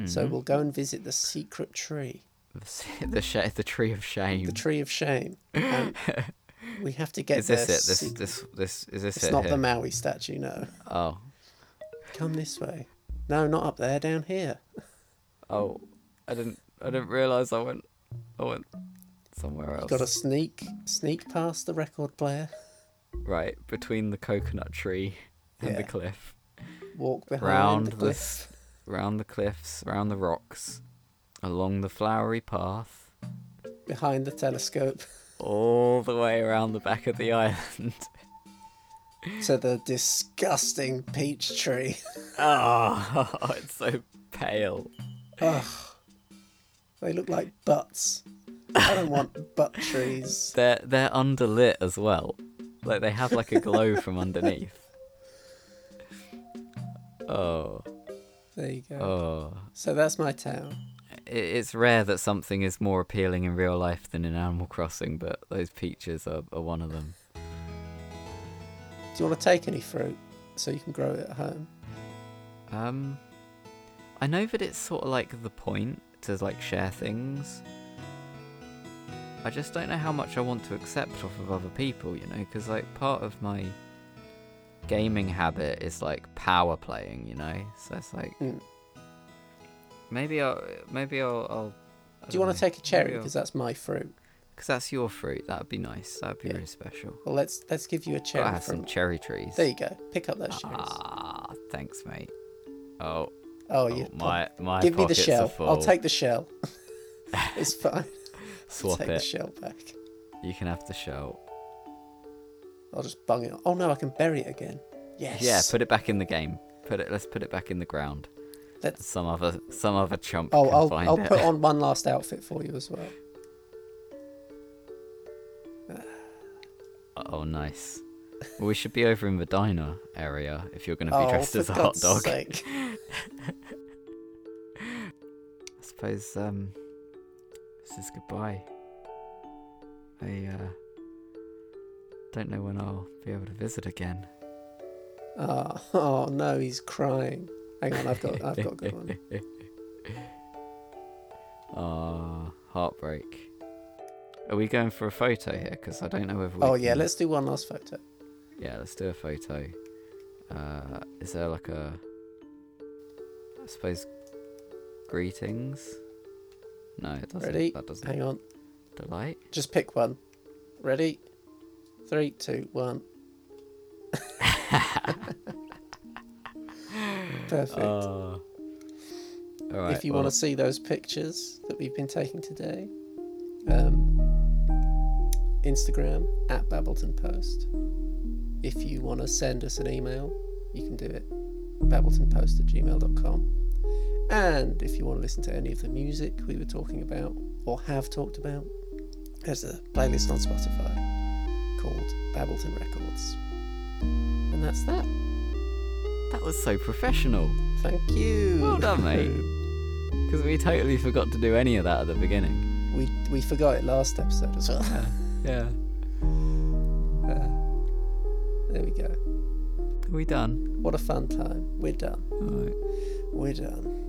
S1: So
S2: Hmm.
S1: we'll go and visit the secret tree,
S2: the [LAUGHS] sh- the tree of shame.
S1: the tree of
S2: [LAUGHS]
S1: shame. And we have to get
S2: is this
S1: there
S2: it? This
S1: sec-
S2: this this is this
S1: it's
S2: it?
S1: not
S2: here?
S1: the Maui statue, no.
S2: Oh.
S1: Come this way. No, not up there. Down here.
S2: Oh, I didn't. I didn't realize I went. I went somewhere else.
S1: Got to sneak, sneak past the record player.
S2: Right between the coconut tree and the
S1: Yeah.
S2: cliff.
S1: Walk behind
S2: round
S1: the
S2: the,
S1: cliff.
S2: s- round the cliffs, round the rocks, along the flowery path,
S1: behind the telescope [LAUGHS]
S2: all the way around the back of the [LAUGHS] island.
S1: to the disgusting peach tree. [LAUGHS]
S2: Oh, [LAUGHS] it's so pale.
S1: Ugh. They look like butts. I don't want butt trees.
S2: They're they're underlit as well. Like they have like a glow from underneath. Oh,
S1: There you go.
S2: oh.
S1: So that's my town.
S2: I- It's rare that something is more appealing in real life than in Animal Crossing, but those peaches are, are one of them.
S1: Do you want to take any fruit so you can grow it at home?
S2: Um, I know that it's sort of like the point to like share things. I just don't know how much I want to accept off of other people, you know, because like part of my gaming habit is like power playing, you know. So it's like
S1: Mm.
S2: maybe I'll maybe I'll. I'll
S1: Do
S2: Um,
S1: you want to take a cherry
S2: Maybe I'll-
S1: because that's my fruit?
S2: Because that's your fruit. That'd be nice. That'd be
S1: Yeah.
S2: really special.
S1: Well, let's let's give you a
S2: I
S1: cherry
S2: have some
S1: from.
S2: cherry trees.
S1: There you go. Pick up those cherries.
S2: ah, thanks, mate.
S1: oh,
S2: Oh, oh,
S1: you
S2: my my
S1: give me the
S2: pockets are
S1: shell. I'll
S2: full.
S1: take the
S2: [LAUGHS]
S1: shell. it's fine. I'll
S2: swap
S1: take the
S2: it.
S1: shell back.
S2: You can have the shell.
S1: I'll just bung it. Oh no, I can bury it again. Yes.
S2: Yeah, put it back in the game. Put it. Let's put it back in the ground.
S1: Let's-
S2: Some other some other chump
S1: Oh,
S2: can
S1: I'll,
S2: find
S1: I'll
S2: it.
S1: put on one last outfit for you as well.
S2: [LAUGHS] Oh, nice. Well, we should be over in the diner area [LAUGHS] if you're going to be
S1: oh,
S2: dressed
S1: for
S2: as a hot
S1: God's
S2: dog.
S1: sake.
S2: I suppose um, this is goodbye. I uh, don't know when I'll be able to visit again.
S1: Oh, oh no, he's crying. Hang on, I've got, I've got a good one.
S2: [LAUGHS] Ah, heartbreak. Are we going for a photo here? Because I don't know whether. We
S1: Oh yeah,
S2: can-
S1: let's do one last photo.
S2: Yeah, let's do a photo. Uh, is there like a, I suppose, greetings? No, it doesn't.
S1: Ready?
S2: That doesn't.
S1: Hang on,
S2: Delight.
S1: just pick one. Ready? Three, two,
S2: [LAUGHS]
S1: one. Perfect.
S2: Oh. All right.
S1: if you
S2: well,
S1: want to see those pictures that we've been taking today, um, Instagram at Babbleton Post. If you want to send us an email, you can do it babbletonpost at gmail.com. And if you want to listen to any of the music we were talking about or have talked about, there's a playlist on Spotify called Babbleton Records. And that's that.
S2: that was so professional.
S1: Thank you.
S2: Well
S1: [LAUGHS]
S2: done, mate. Because we totally forgot to do any of that at the beginning.
S1: We, we forgot it last episode as well.
S2: Yeah.
S1: Uh, there we go.
S2: Are we done?
S1: What a fun time. We're done.
S2: All right.
S1: We're done.